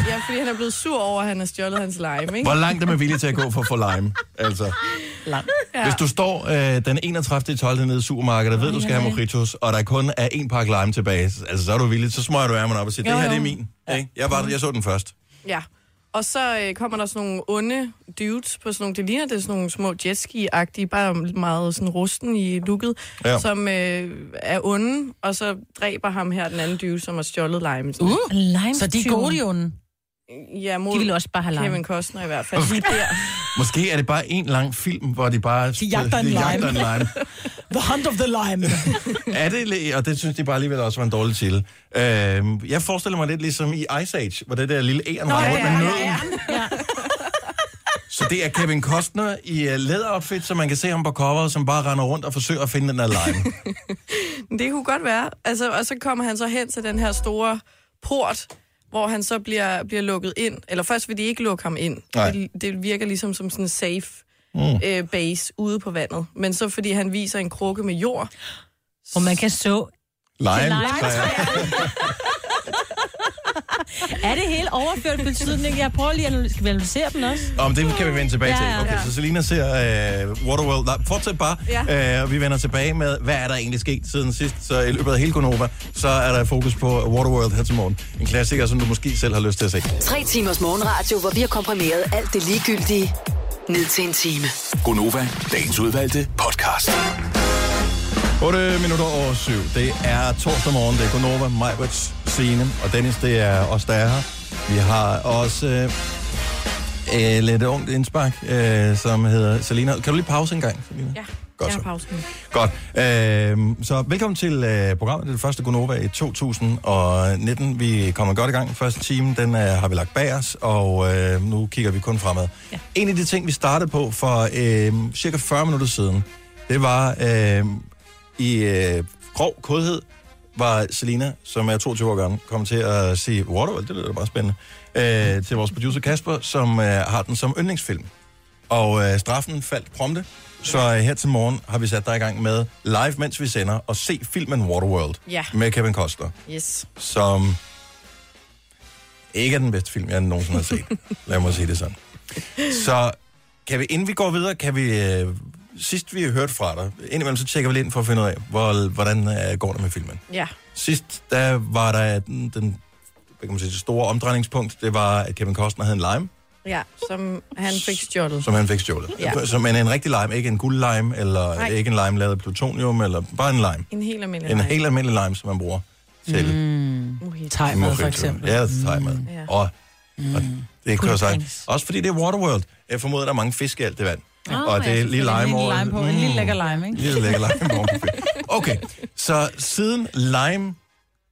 Ja, fordi han er blevet sur over, at han har stjålet hans lime, ikke?
Hvor langt er man villig til at gå for at få lime? Altså,
Lang.
Ja. Hvis du står øh, den 31. 12. nede i supermarkedet, og ved, du skal have mojitos, og der kun er en pakke lime tilbage, s- altså så er du villig, så smøger du ærmerne op og siger,
Jo,
det her det er
jo.
min. Ikke? Jeg, var, jeg så den først.
Ja. Og så øh, kommer der sådan nogle onde dudes på sådan nogle, det ligner det er sådan nogle små jetski-agtige, bare meget sådan rusten i looket,
Ja.
ja. som øh, er onde, og så dræber ham her den anden dude, som har stjålet limen.
Uh, Lime
Så de er gode, de onde.
Ja, mod
De vil også bare have lime.
Kevin Costner i hvert fald. Lige der.
Måske er det bare en lang film, hvor de bare... De
jagter en
de
lime.
jagter en lime.
The Hunt of the Lime.
er det, le- og det synes de bare alligevel også var en dårlig til. Øh, jeg forestiller mig lidt ligesom i Ice Age, hvor det der lille æren var rundt med nøden. Så det er Kevin Costner i øh, læderoutfit, så man kan se ham på coveret, som bare render rundt og forsøger at finde den her lime.
Det kunne godt være. Altså, og så kommer han så hen til den her store port, hvor han så bliver, bliver lukket ind. Eller først vil de ikke lukke ham ind.
Nej.
Det, det virker ligesom som sådan en safe
Mm.
mm. øh, base ude på vandet. Men så fordi han viser en krukke med jord.
Hvor man kan så...
Lime.
er det hele overført betydning? Jeg prøver lige at analy- skal vi analysere den også.
Om det kan vi vende tilbage
Ja, ja.
til. Okay,
Ja.
så Selina ser øh, Waterworld. Nej, fortsæt bare.
Ja.
Ja. Øh, og vi vender tilbage med, hvad er der egentlig sket siden sidst? Så i løbet af hele Gonova, så er der fokus på Waterworld her til morgen. En klassiker, som du måske selv har lyst til at se.
Tre timers morgenradio, hvor vi har komprimeret alt det ligegyldige ned til en time.
Gonova, dagens udvalgte podcast.
8 minutter over 7. Det er torsdag morgen. Det er Gonova, Majbrits, Signe og Dennis. Det er os, der er her. Vi har også øh, øh, lidt ungt indspark, øh, som hedder Selina. Kan du lige pause en gang, Selina?
Ja,
Godt
jeg
så.
har pausen.
Godt. Øh, så velkommen til øh, programmet. Det er det første Gonova i 2019. Vi kommer godt i gang. Første time, den øh, har vi lagt bag os, og øh, nu kigger vi kun fremad. Ja. En af de ting, vi startede på for øh, cirka 40 minutter siden, det var øh, i øh, grov kodhed, var Selina, som er 22 år gammel, kommet til at sige Waterworld, det lyder da meget spændende, øh, til vores producer Kasper, som øh, har den som yndlingsfilm. Og øh, straffen faldt prompte, så øh, her til morgen har vi sat dig i gang med live, mens vi sender, og se filmen Waterworld
Ja.
med Kevin Costner,
Yes.
som ikke er den bedste film, jeg nogensinde har set. Lad mig sige det sådan. Så kan vi, inden vi går videre, kan vi... Øh, sidst vi har hørt fra dig, indimellem så tjekker vi lidt ind for at finde ud af, hvor, hvordan øh, går det med filmen.
Ja.
Sidst, der var der den, den hvad kan man sige, det store omdrejningspunkt, det var, at Kevin Costner havde en lime,
Ja, som han fik stjålet.
som han fik stjålet.
Ja.
Som en, en rigtig lime, ikke en guldlime, eller
Nej.
Nej. ikke en lime lavet af plutonium, eller bare en lime.
En helt almindelig
En
lime.
helt almindelig lime, som man bruger til
Mm. Tegmad, for
mojito.
eksempel.
Ja, tegmad.
Mm.
Og, og det kan jo sagt. Også fordi det er Waterworld. Jeg formoder, der er mange fisk i alt det vand. og det er lige lime over. Mm.
lime på. En lille lækker lime, ikke?
Lille lækker lime over. Okay, så siden lime...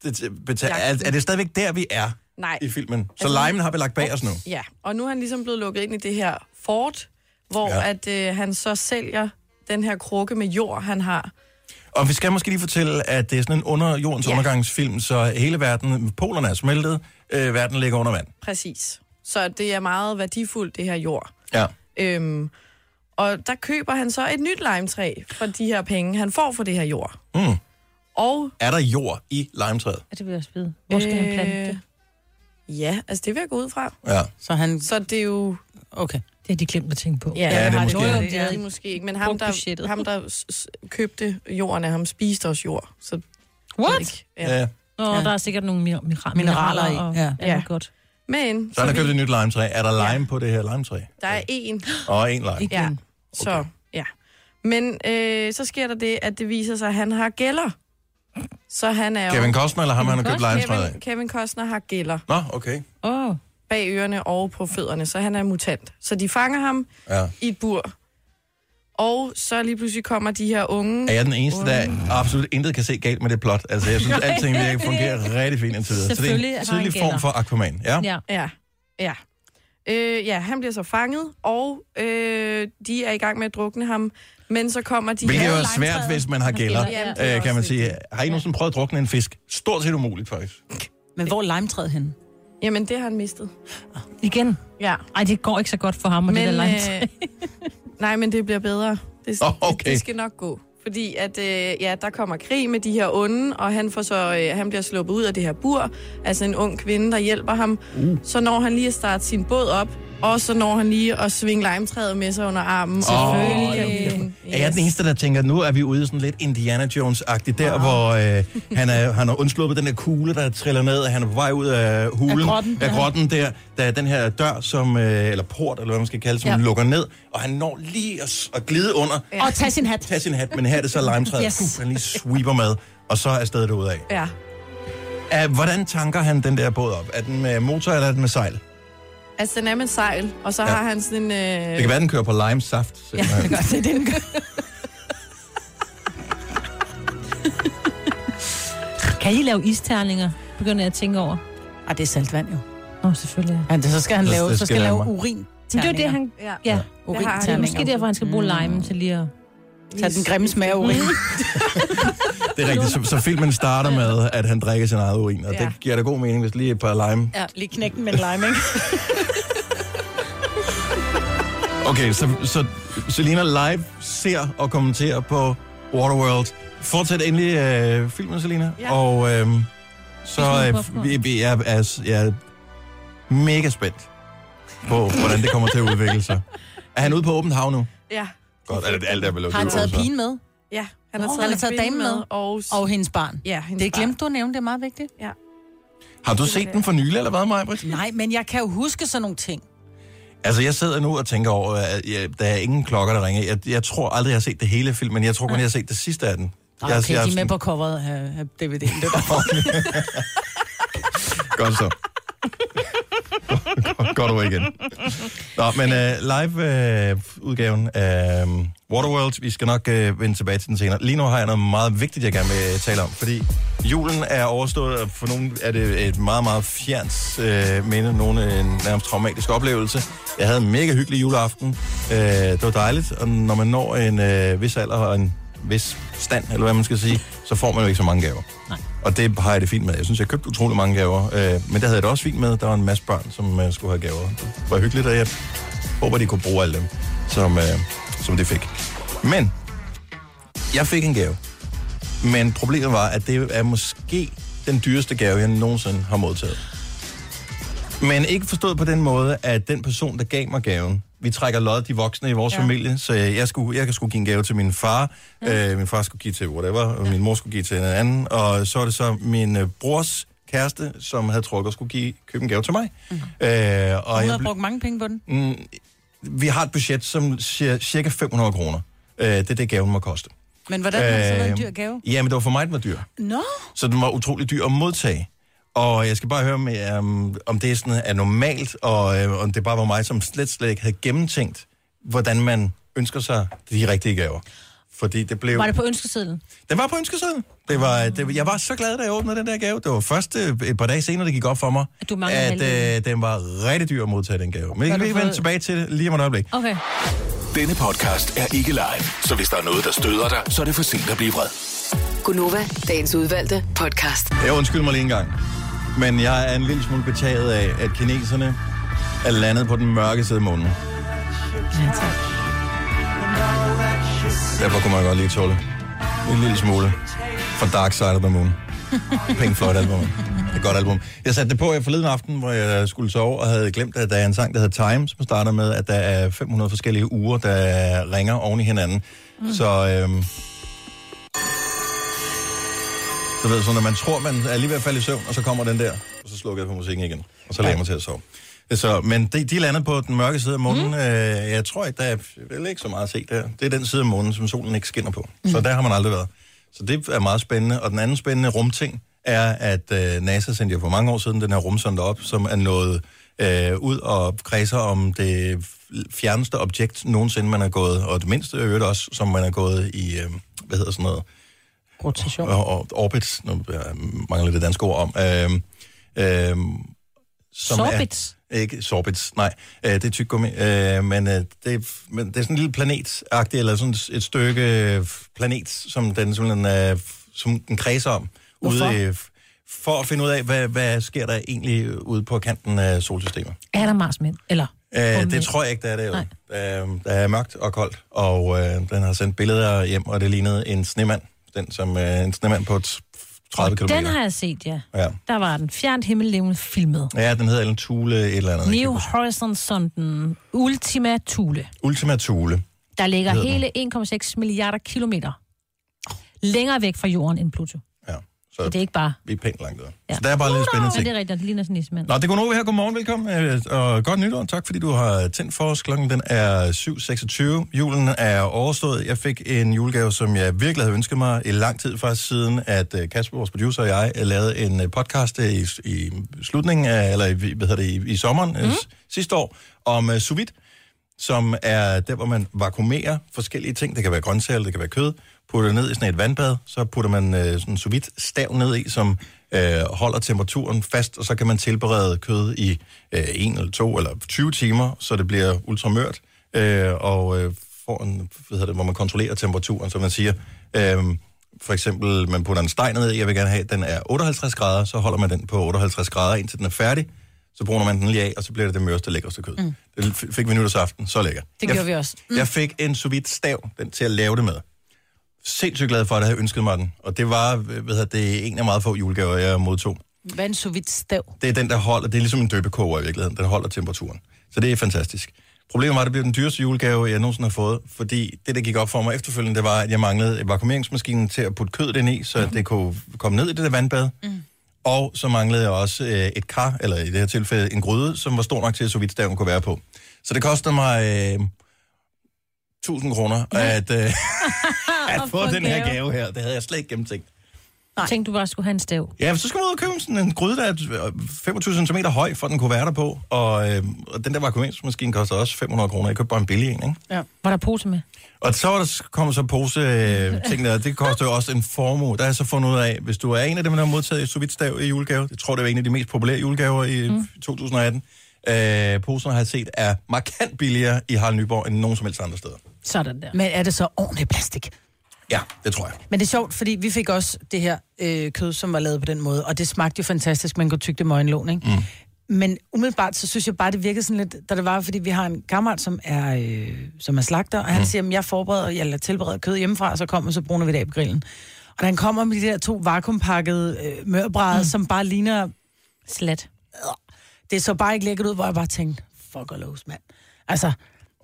Det, beta- er, er det stadigvæk der, vi er
Nej.
i filmen? Så
Altså-
limen har vi lagt bag os nu?
Ja, og nu er han ligesom blevet lukket ind i det her fort, hvor
Ja.
ja. at øh, han så sælger den her krukke med jord, han har.
Og vi skal måske lige fortælle, at det er sådan en underjordens ja. undergangsfilm, så hele verden, polerne er smeltet, øh, verden ligger under vand.
Præcis. Så det er meget værdifuldt, det her jord.
Ja.
Øhm, og der køber han så et nyt limetræ for de her penge, han får for det her jord.
Mm.
Og...
Er der jord i limetræet?
Ja, det vil jeg også vide. Hvor skal han plante det?
Øh, Ja, altså det vil jeg gå ud fra.
Ja.
Så, han...
så det er jo...
Okay.
Det har de glemt at tænke på.
Ja, ja det,
har
er måske.
de. Jo, jo,
det er
de
det
har-
måske ikke. Men ham, der, ham, der s- s- købte jorden af ham, spiste også jord. Så
What?
Ja.
Ja.
Nå,
Ja.
der er sikkert nogle mir- mira-
Mineraler
mineraler,
i.
i. Og,
Ja.
ja.
Ja.
ja. godt.
men
Så er der købt et nyt limetræ. Er der lime på det her limetræ?
der er en.
Og en lime.
Ja. Så, ja. Men øh, så sker der det, at det viser sig, at han har gælder. Så han er jo-
Kevin Costner, eller ham, han har købt legetøjet af?
Kevin, Kevin Costner har gælder
Nå, okay.
oh.
bag ørerne og på fødderne, så han er mutant. Så de fanger ham
Ja.
i et bur. Og så lige pludselig kommer de her unge...
Er jeg den eneste,
unge-
der absolut intet kan se galt med det plot? Altså, jeg synes,
Nej,
alting
det er
virker
det
fungerer rigtig fint indtil videre. Så det
Selvfølgelig
er
har
en
han
tidlig
gælder.
form for Aquaman. Ja.
Ja. Ja. ja. Øh, ja, han bliver så fanget, og øh, de er i gang med at drukne ham. Men så kommer de
Hvilket
her...
jo er svært, hvis man har gælder, øh, kan man sige. Har I nogensinde prøvet at drukne en fisk? Stort set umuligt, faktisk.
Men hvor er limetræet henne?
Jamen, det har han mistet.
Igen?
Ja.
Ej, det går ikke så godt for ham og men, det der limetræ.
øh, nej, men det bliver bedre. Det,
Nå, okay.
det skal nok gå. Fordi at, øh, ja, der kommer krig med de her onde, og han, får så, øh, han bliver sluppet ud af det her bur. Altså en ung kvinde, der hjælper ham.
Uh.
Så når han lige at starte sin båd op, Og så når han lige at svinge limetræet med sig under armen.
Åh,
Selvfølgelig.
Er jeg den eneste, der tænker, nu er vi ude i sådan lidt Indiana Jones-agtigt, der hvor øh, han, er, han har undsluppet den der kugle, der triller ned, og han er på vej ud af hulen,
Af grotten,
af
ja.
grotten der, der er den her dør, som, øh, eller port, eller hvad man skal kalde det, som
Ja.
ja. lukker ned, og han når lige at, s- at glide under.
Ja. Og tage sin hat.
Tag sin hat, men her er det så limetræet,
Yes.
yes. han lige sweeper med, og så er stedet ud af.
Ja.
Hvordan tanker han den der båd op? Er den med motor, eller er den med sejl?
Altså, den er med sejl, og så ja. har han sådan en... Øh...
Det kan være, den kører på limesaft.
Ja, det kan godt se, den gør.
Kan I lave isterninger? Begynder jeg at tænke over.
Ah, det er saltvand jo.
Åh, oh, selvfølgelig.
Ja, det, så skal han
Så-
lave,
det
så
skal
skal han
han-
lave urin.
Men det er jo det, han... Ja, ja.
Urin-
det har han. Det er måske derfor, han skal bruge limen til lige at...
Mm. Tag den grimme smag af urin.
Det er rigtigt. Så, så filmen starter med, at han drikker sin eget urin, og ja. det giver da god mening, hvis lige et par lime.
Ja, lige knæk den med en lime, ikke?
Okay, så, så Selina live ser og kommenterer på Waterworld. Fortsæt endelig øh, filmen, Selina. Ja. Og øh, så øh, vi, vi er, er, jeg er mega spændt på, hvordan det kommer til at udvikle sig. Er han ude på åbent hav nu?
Ja.
Godt, alt, alt er vel
Har han
lukket,
taget
så.
pigen med?
Ja,
han har taget, han har taget
kvinden
damen med,
med, og,
og hendes barn.
Ja, hendes
det glemte du at nævne, det er meget vigtigt.
Ja.
Har du set den for nylig, eller hvad, Maja Britt?
Nej, men jeg kan jo huske sådan nogle ting.
Altså, jeg sidder nu og tænker over, at jeg, der er ingen klokker, der ringer. Jeg, jeg tror aldrig, jeg har set det hele film, men jeg tror kun, jeg har set det sidste af den.
Ah,
jeg,
Okay,
jeg,
de er med på coveret af af DVD'en. Det var
Godt så. Godt over igen. Nå, men uh, live-udgaven af um, Waterworld, vi skal nok uh, vende tilbage til den senere. Lige nu har jeg noget meget vigtigt, jeg gerne vil øh, tale om, fordi julen er overstået, og for nogle er det et meget, meget fjernt uh, minde, nogle øh, en nærmest traumatisk oplevelse. Jeg havde en mega hyggelig juleaften. Uh, det var dejligt, og når man når en uh, vis alder og en vis stand, eller hvad man skal sige, så får man jo ikke så mange gaver. Og det har jeg det fint med. Jeg synes, jeg købte utrolig mange gaver. Øh, men der havde jeg det også fint med. Der var en masse børn, som øh, skulle have gaver. Det var hyggeligt, og jeg håber, de kunne bruge alle dem, som, øh, som de fik. Men jeg fik en gave. Men problemet var, at det er måske den dyreste gave, jeg nogensinde har modtaget. Men ikke forstået på den måde, at den person, der gav mig gaven, vi trækker lod, de voksne i vores ja. familie, så jeg, skulle, jeg skulle give en gave til min far, ja. øh, min far skulle give til whatever, og min mor skulle give til en anden, og så er det så min øh, brors kæreste, som havde trukket og skulle give, købe en gave til mig. Mm-hmm. Øh, og
Hun
jeg
havde
blev-
brugt mange penge på den.
Mm, vi har et budget, som siger cirka 500 kroner. Øh, det er det, gaven må koste.
Men hvordan har det så været en
Øh,
dyr gave?
Jamen, det var for mig, den var dyr.
Nå,
Så den var utrolig dyr at modtage. Og jeg skal bare høre, om, um, om det sådan er normalt, og øh, om det bare var mig, som slet, slet ikke havde gennemtænkt, hvordan man ønsker sig de rigtige gaver. Fordi det blev...
Var det på ønskesedlen?
Den var på ønskesedlen. Det var, det, jeg var så glad, da jeg åbnede den der gave. Det var først øh, et par dage senere, det gik op for mig,
At du manglede
at
halvdelen.
øh, den var rigtig dyr at modtage, den gave. Men jeg kan
Har du
lige vende
fået-
tilbage til det lige om et øjeblik.
Okay.
Denne podcast er ikke live, så hvis der er noget, der støder dig, så er det for sent at blive vred.
Gunova, dagens udvalgte podcast.
Jeg undskylder mig lige en gang, men jeg er en lille smule betaget af, at kineserne er landet på den mørke side af månen. Derfor kunne man godt lige tåle en lille smule fra Dark Side of the Moon. Pink Floyd album. Et godt album. Jeg satte det på her forleden aften, hvor jeg skulle sove, og havde glemt, at der er en sang, der hedder Time, som starter med, at der er 500 forskellige uger, der ringer oven i hinanden. Mm. Så øhm, du ved, så når man tror, man er lige ved at falde i søvn, og så kommer den der, og så slukker jeg for musikken igen, og så lagde jeg mig til at sove. Så, men de, de landede på den mørke side af månen. Mm. Øh, jeg tror ikke, der er vel ikke så meget at se der. Det er den side af månen, som solen ikke skinner på. Mm. Så der har man aldrig været. Så det er meget spændende. Og den anden spændende rumting er, at øh, NASA sendte jo for mange år siden den her rumsonde op, som er nået øh, ud og kredser om det fjerneste objekt nogensinde, man er gået, og det mindste øvrigt også, som man er gået i, øh, hvad hedder sådan noget,
rotation.
Og, og orbit, nu jeg mangler det danske ord om. Øhm, øhm,
Sorbits?
Er, ikke sorbits, nej. Øh, det er tyk gummi. Øh, men, øh, det, er- men det er sådan en lille planet eller sådan et stykke øh, planet, som den, simpelthen, øh, som den kredser om. Ude, øh, for at finde ud af, hvad, hvad sker der egentlig ude på kanten af solsystemet.
Er der marsmænd? Eller?
Øh, det tror jeg ikke, der er derude. Øh, der er mørkt og koldt, og øh, den har sendt billeder hjem, og det lignede en snemand. Den som øh, en snemand på et 30 km.
Den har jeg set, ja.
Ja.
Der var den fjernt himmellevende filmet.
ja, den hedder Ellen Thule et eller andet.
New Horizon Sonden Ultima Thule.
Ultima Thule.
Der ligger
Hedder den.
hele 1,6 milliarder kilometer længere væk fra jorden end Pluto.
Så
Det er ikke bare...
vi er pænt langt der. Ja. Så der er bare lidt spændende
Ah, Men
ting.
det er rigtigt, det ligner sådan en ismand.
Nå, det er Gunova her. Godmorgen, velkommen. øh, Og godt nytår. Tak, fordi du har tændt for os. Klokken den er 7.26. Julen er overstået. Jeg fik en julegave, som jeg virkelig havde ønsket mig i lang tid faktisk, siden at øh, Kasper, vores producer og jeg, øh, lavede en øh, podcast øh, i, i slutningen af, eller i, hvad hedder det, i, i sommeren mm. sidste år, om uh, sous vide, som er der, hvor man vakuumerer forskellige ting. Det kan være grøntsager, eller det kan være kød. Putter det ned i sådan et vandbad, så putter man øh, sådan en sous vide stav ned i, som øh, holder temperaturen fast, og så kan man tilberede kød i øh, en eller to eller 20 timer, så det bliver ultramørt, øh, og øh, får en, hvad hedder det, hvor man kontrollerer temperaturen, så man siger, øh, for eksempel, man putter en steg ned i, jeg vil gerne have, at den er 58 grader, så holder man den på 58 grader, indtil den er færdig, så bruner man den lige af, og så bliver det det mørste, lækreste kød. Mm. Det f- fik vi nytårsaften, så lækker.
Det
jeg,
gjorde vi også.
Mm. Jeg fik en sous vide stav, den til at lave det med. Sindssygt glad for, at jeg havde ønsket mig den. Og det var, hvad hedder det, en af meget få julegaver, jeg modtog.
Hvad er en sous vide stav?
Det er den, der holder, det er ligesom en døbekoger i virkeligheden, den holder temperaturen. Så det er fantastisk. Problemet var, at det blev den dyreste julegave, jeg nogensinde har fået, fordi det, der gik op for mig efterfølgende, det var, at jeg manglede vakuumeringsmaskinen til at putte kødet ind i, så mm. det kunne komme ned i det der vandbad. Mm. Og så manglede jeg også øh, et kar, eller i det her tilfælde en gryde, som var stor nok til, at sovjetstaven kunne være på. Så det kostede mig øh, 1000 kroner at, øh, at få den her gave her. Det havde jeg slet ikke gennemtænkt.
Nej. Tænkte du bare skulle have en stav.
Ja, så skal man ud og købe sådan en gryde, der er 25 cm høj, for at den kunne være der på. Og, øh, og den der vakuumeringsmaskine koster også 500 kroner. Jeg købte bare en billig en, ikke?
Ja. Var der pose med?
Og så var der s- kommet så pose øh, ting der. Det koster jo også en formue. Der har jeg så fundet ud af, hvis du er en af dem, der har modtaget et sous vide stav i julegave, jeg tror, det var en af de mest populære julegaver i mm. 2018, øh, poserne har jeg set er markant billigere i Harald Nyborg end nogen som helst andre steder.
Sådan der. Men er det så ordentligt plastik?
Ja, det tror jeg.
Men det er sjovt, fordi vi fik også det her øh, kød, som var lavet på den måde, og det smagte jo fantastisk, man kunne tygge det med øjenlån, ikke? Mm. Men umiddelbart, så synes jeg bare, det virkede sådan lidt, da det var, fordi vi har en kammerat, som er, øh, som er slagter, og han mm. siger, at jeg forbereder, jeg lader tilberede kød hjemmefra, og så kommer, så bruger vi det af på grillen. Og da han kommer med de der to vakuumpakkede øh, mørbrædder, mm. som bare ligner... Øh,
Slat.
Det så bare ikke lækkert ud, hvor jeg bare tænkte, fuck og lås, mand. Altså, det,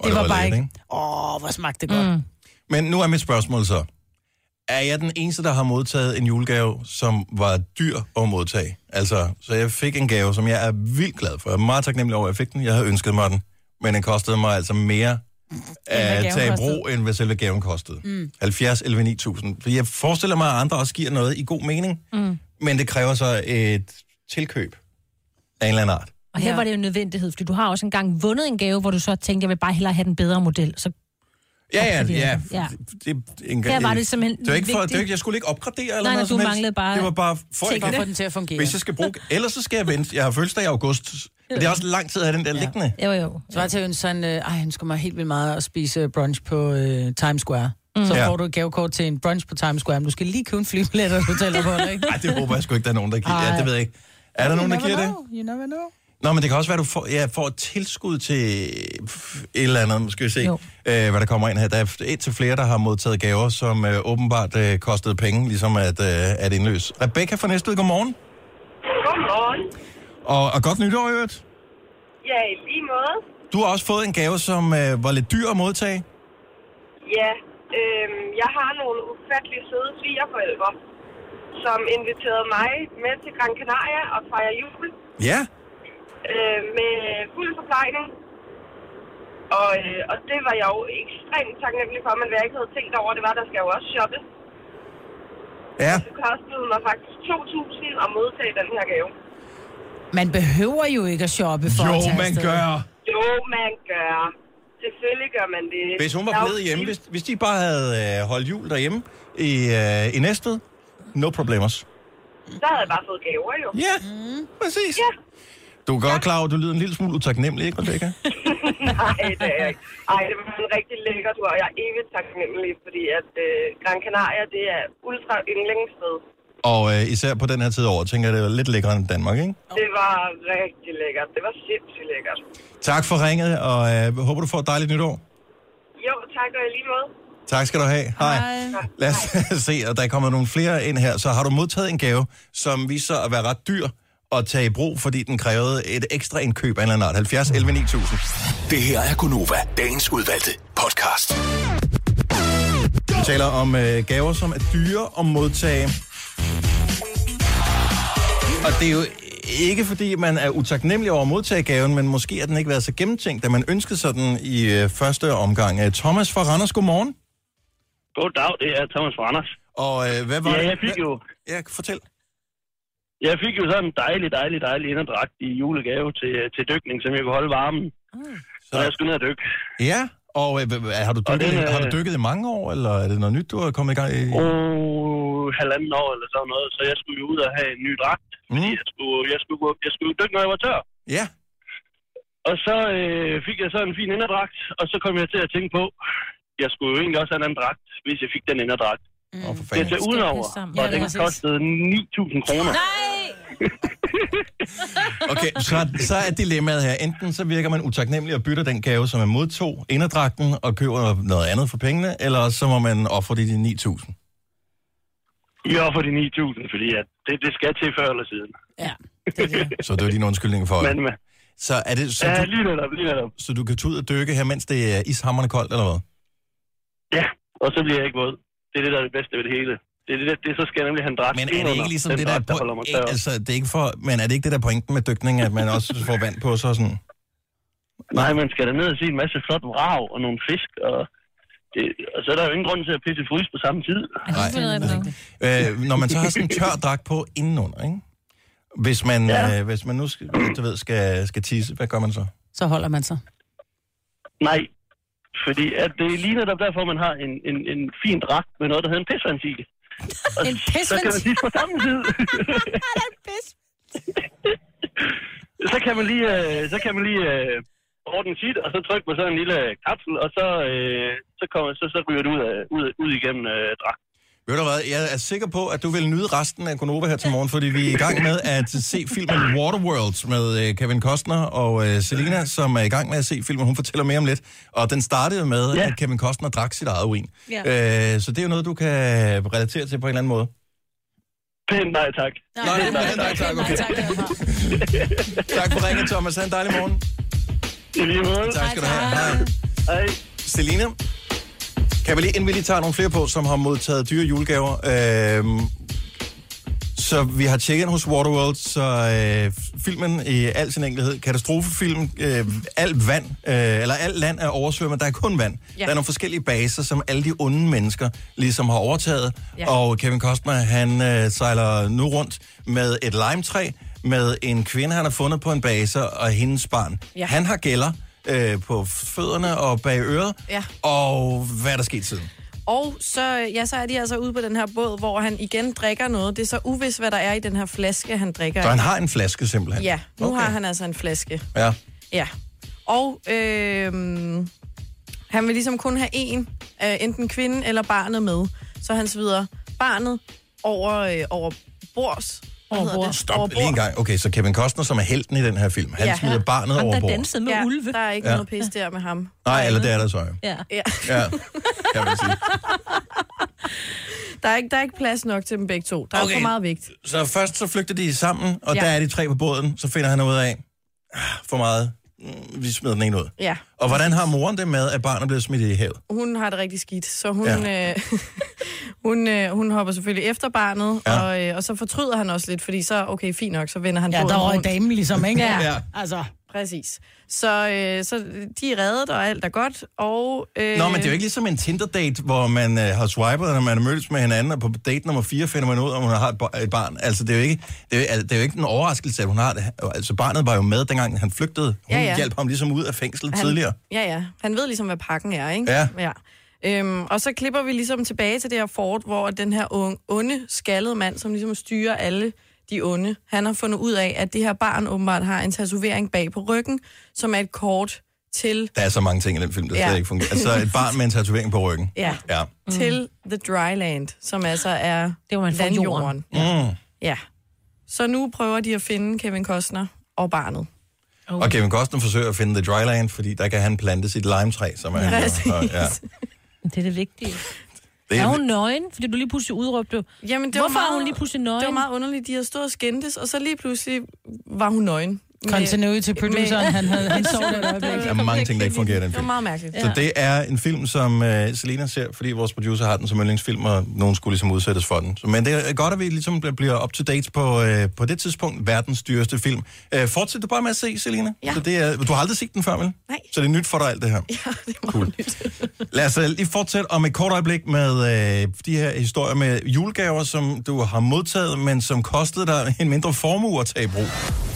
det var,
var
var bare
lækkert,
ikke...
ikke?
Åh, oh, hvor smagte det godt. Mm.
Men nu er mit spørgsmål så. Er jeg den eneste, der har modtaget en julegave, som var dyr at modtage? Altså, så jeg fik en gave, som jeg er vildt glad for. Jeg er meget taknemmelig over, at jeg fik den. Jeg havde ønsket mig den. Men den kostede mig altså mere at
gaven
tage i
kostede.
brug, end hvad selve gaven kostede.
Mm.
Mm. 70, 11, 9000. For jeg forestiller mig, at andre også giver noget i god mening.
Mm.
Men det kræver så et tilkøb af en eller anden art.
Og her ja. var det jo en nødvendighed, fordi du har også engang vundet en gave, hvor du så tænkte, jeg vil bare hellere have den bedre model. Så
Ja, ja, ja.
Ja.
Det, det, en,
Der var det simpelthen
det var ikke for, det var,
vigtigt.
ikke- Jeg skulle ikke opgradere eller
Nej, nej,
noget
du
som helst.
manglede bare
Det var bare for
ting
ikke
for at
det.
få den til at fungere.
Hvis jeg skal bruge... Ellers så skal jeg vente. Jeg har fødselsdag i august. Men det er også lang tid at have den der ja. liggende.
Jo, jo.
Så var jeg til at ønske sådan, øh, ej, han skulle mig helt vildt meget at spise brunch på øh, Times Square. Mm. Så
Mm. Ja.
får du et gavekort til en brunch på Times Square, men du skal lige købe en flybillet og hotel på det, ikke?
Nej, det håber jeg sgu ikke, der er nogen, der giver. Ja,
Ej.
det ved jeg ikke. Er der nogen, der giver det?
You never know.
Nå, men det kan også være, at du får, ja, får et tilskud til pff, et eller andet. Nu Skal vi se, øh,
Jo.
hvad der kommer ind her. Der er et til flere, der har modtaget gaver, som øh, åbenbart øh, kostede penge, ligesom at, øh, at indløse. Rebecca fra Næstved, godmorgen.
Godmorgen.
Og, og godt nytår, i øvrigt.
Ja, i lige måde.
Du har også fået en gave, som øh, var lidt dyr at modtage.
Ja, øhm, jeg har nogle ufattelig søde svigerforældre, som inviterede mig med til Gran Canaria og fejre jul
Ja.
øh, med fuld forplejning. Og, øh, og det var jeg jo ekstremt taknemmelig for, men hvad jeg ikke havde tænkt over, det var, at der skal jo også shoppes.
Ja.
Det kostede mig faktisk 2.000 at modtage den her gave.
Man behøver jo ikke at shoppe for at tage afsted.
Jo, man gør. Selvfølgelig gør man det.
Hvis hun
Der
var
er jo
blevet hjemme, hvis, hvis de bare havde øh, holdt jul derhjemme i, øh, i Næstved, no problemers.
Der havde jeg bare fået gaver, jo.
Ja, mm. præcis. Ja. Du er godt klar over, at du lyder en lille smule utaknemmelig, ikke, Rebecca?
Nej, det er jeg ikke. Ej, det var en rigtig lækker tur, og jeg er evigt taknemmelig, fordi at øh, Gran Canaria, det er ultra yndlingssted.
Og øh, især på den her tid af året, tænker jeg, det er lidt lækkere end Danmark, ikke?
Det var rigtig lækkert. Det var sindssygt lækkert.
Tak for ringet, og øh, håber, du får et dejligt nytår.
Jo, tak og i lige måde.
Tak skal du have. Hej. Lad os se, og der er kommet nogle flere ind her. Så har du modtaget en gave, som viser sig at være ret dyr at tage i brug, fordi den krævede et ekstra indkøb af en eller anden art. 70 11 9000.
Det her er Gunova, dagens udvalgte podcast.
Vi taler om øh, gaver, som er dyre at modtage. Og det er jo ikke fordi, man er utaknemmelig over at modtage gaven, men måske har den ikke været så gennemtænkt, da man ønskede sådan i øh, første omgang. Øh, Thomas fra Randers, godmorgen.
Goddag, det er Thomas fra Anders.
Og øh, hvad var
ja,
det-
jeg fik jo...
Ja, fortæl.
Jeg fik jo sådan en dejlig, dejlig, dejlig inderdragt i julegave til, øh, til dykning, som jeg kunne holde varmen. Så jeg skulle ned og dykke.
Ah. Ja, og øh, h- h- har, du
Og
dykket,
den,
har du
øh,
dykket i mange år, eller er det noget nyt, du har kommet i gang i?
Oh, halvanden år eller sådan noget, så jeg skulle jo ud og have en ny dragt,
Mm.
fordi jeg skulle, jeg skulle, gå- jeg skulle dykke, når jeg var tør.
Ja.
Og så øh, fik jeg så en fin inderdragt, og så kom jeg til at tænke på, jeg skulle jo egentlig også have en anden dragt, hvis jeg fik den inderdragt.
Mm.
Det er til udenover, og den kostede 9.000 kroner.
Okay, så, så er dilemmaet her. Enten så virker man utaknemmelig og bytter den gave, som man modtog, inderdragten, og køber noget andet for pengene, eller også så må man ofre de, de 9.000.
Jo, for de 9.000, fordi at det, det skal til før eller siden.
Ja.
Så det er din undskyldning for
Men,
Så er det... Så
Ja,
du,
lige netop, lige netop.
så du kan tage ud og dykke her, mens det er ishammerende koldt, eller hvad?
Ja, og så bliver jeg ikke våd. Det er det, der er det bedste ved det hele. Det er det, der, det så skal jeg nemlig have en dragt.
Men er det ikke ligesom det, der er
der holder mig
point,
tør.
altså, det er ikke for, men er det ikke det, der er pointen med dykning, at man også får vand på sig og sådan?
Nej, man skal derned og se en masse flot vrag og nogle fisk, og, det, og så er der jo ingen grund til at pisse i frys på samme tid.
Nej. Øh, når man så har sådan en tør dragt på indenunder, ikke? Hvis man, ja. øh, hvis man nu skal, du ved, skal, skal tisse, hvad gør man så?
Så holder man sig.
Nej, fordi at det er lige netop derfor, man har en, en, en fin dragt med noget, der hedder en pisventil. Og
En
Så kan man
pisventil?
tisse på samme tid. så kan man lige, øh, så kan man lige øh, ordne sit, og så trykke på sådan en lille kapsel, og så, øh, så, kommer, så, så ryger det ud, af, ud, ud igennem øh, dragt.
Ved du hvad, jeg er sikker på, at du vil nyde resten af Konoba her til morgen, fordi vi er i gang med at se filmen Waterworld med øh, Kevin Costner og øh, Selina, som er i gang med at se filmen. Hun fortæller mere om lidt. Og den startede med, ja. at Kevin Costner drak sit eget urin.
Ja.
Ja. Øh, så det er jo noget, du kan relatere til på en eller anden måde.
Pænt nej tak.
Nej, nej, nej, nej, tak. Okay. tak for ringen, Thomas. Ha' en dejlig morgen.
I lige måde.
Tak skal du have. Hej.
Hej.
Selina, kan vi lige, inden vi lige tager nogle flere på, som har modtaget dyre julegaver, øh, så vi har tjekket ind hos Waterworld, så øh, filmen i al sin enkelhed, katastrofefilm, øh, alt vand, øh, eller alt land er oversvømmet, der er kun vand.
Ja.
Ja. Der er nogle forskellige baser, som alle de onde mennesker ligesom har overtaget,
Ja.
ja. og Kevin Costner, han øh, sejler nu rundt med et limetræ, med en kvinde, han har fundet på en base, og hendes barn.
Ja.
Ja. Han har gælder øh, på fødderne og bag øret,
Ja.
og hvad er der sket siden?
Og så, ja, så er de altså ude på den her båd, hvor han igen drikker noget. Det er så uvis, hvad der er i den her flaske, han drikker.
Så han har en flaske simpelthen?
Ja, nu okay. har han altså en flaske.
Ja.
Ja. Og øh, han vil ligesom kun have en, øh, enten kvinden eller barnet med. Så han svider barnet over, øh, over bords. Hvad hedder det?
Stop lige en gang. Okay, så Kevin Costner, som er helten i den her film, han ja. smider barnet
Ham,
over
der
bord.
dansede med ja, ulve. der er ikke ja.
Ja.
noget pis der med ham.
Nej, eller det er der så jo.
Ja. ja.
Ja, kan man sige.
Der, er ikke, der er ikke plads nok til dem begge to. Der er
Okay.
for meget vægt.
Så først så flygter de sammen, og
Ja.
ja. der er de tre på båden. Så finder han ud af, "Ah, for meget, Mm, vi smider den ene ud.
Ja.
Og hvordan har moren det med, at barnet bliver smidt i havet?
Hun har det rigtig skidt, så hun, ja. øh, hun, øh, hun hopper selvfølgelig efter barnet, ja.
Ja.
og, øh, og så fortryder han også lidt, fordi så, okay, fint nok, så vender han
Ja,
båden
der røg
rundt.
damen ligesom, ikke?
Ja.
Ja.
ja.
Altså.
Præcis. Så, øh, så de er reddet, og alt er godt, og... Øh,
Nå, men det er jo ikke ligesom en Tinder-date, hvor man øh, har swipet, og man er mødtes med hinanden, og på date nummer 4 finder man ud, om hun har et, bar- et barn. Altså, det er, jo ikke, det, er, jo- altså, det er jo ikke en overraskelse, at hun har det. Altså, barnet var jo med, dengang han flygtede. Hun
Ja, ja.
hjalp ham ligesom ud af fængslet
han,
tidligere.
Ja, ja. Han ved ligesom, hvad pakken er, ikke?
Ja.
ja. Øhm, og så klipper vi ligesom tilbage til det her fort, hvor den her unge, onde, skaldede mand, som ligesom styrer alle de onde, han har fundet ud af, at det her barn åbenbart har en tatovering bag på ryggen, som er et kort til,
Der er så mange ting i den film, der
Ja.
ja. slet ikke fungerer. Altså, et barn med en tatovering på ryggen.
ja,
Ja.
mm. til The Dry Land, som altså er det,
man får jorden.
Mm.
Ja. Så nu prøver de at finde Kevin Costner og barnet. Oh.
Og Kevin Costner forsøger at finde The Dryland, fordi der kan han plante sit limetræ, som er
Præcis.
Så, ja.
Det er det vigtige.
Det
Det
er-
er, er hun nøgen? Fordi du lige pludselig udråbte.
Jamen, det
Hvorfor
var meget,
er hun lige pludselig nøgen?
Det var meget underligt, de havde stået og skændtes, og så lige pludselig var hun nøgen. Med-
Continuity produceren, han havde- han sov der et
Det var-
øjeblik.
Der er mange ting, der ikke fungerer i den
Det var
film.
meget mærkeligt.
Så det er en film, som øh, Selina ser, fordi vores producer har den som yndlingsfilm, og nogen skulle ligesom udsættes for den. Så, men det er godt, at vi ligesom bliver- bliver up to date på, øh, på det tidspunkt, verdens dyreste film. Øh, fortsæt du bare med at se, Selina.
Ja.
Så det er, du har aldrig set den før, vel?
Nej.
Så det er nyt for dig, alt det her.
Ja, det er meget
cool. Lad os øh, lige fortsætte om et kort øjeblik med øh, de her historier med julegaver, som du har modtaget, men som kostede dig en mindre formue at tage i brug.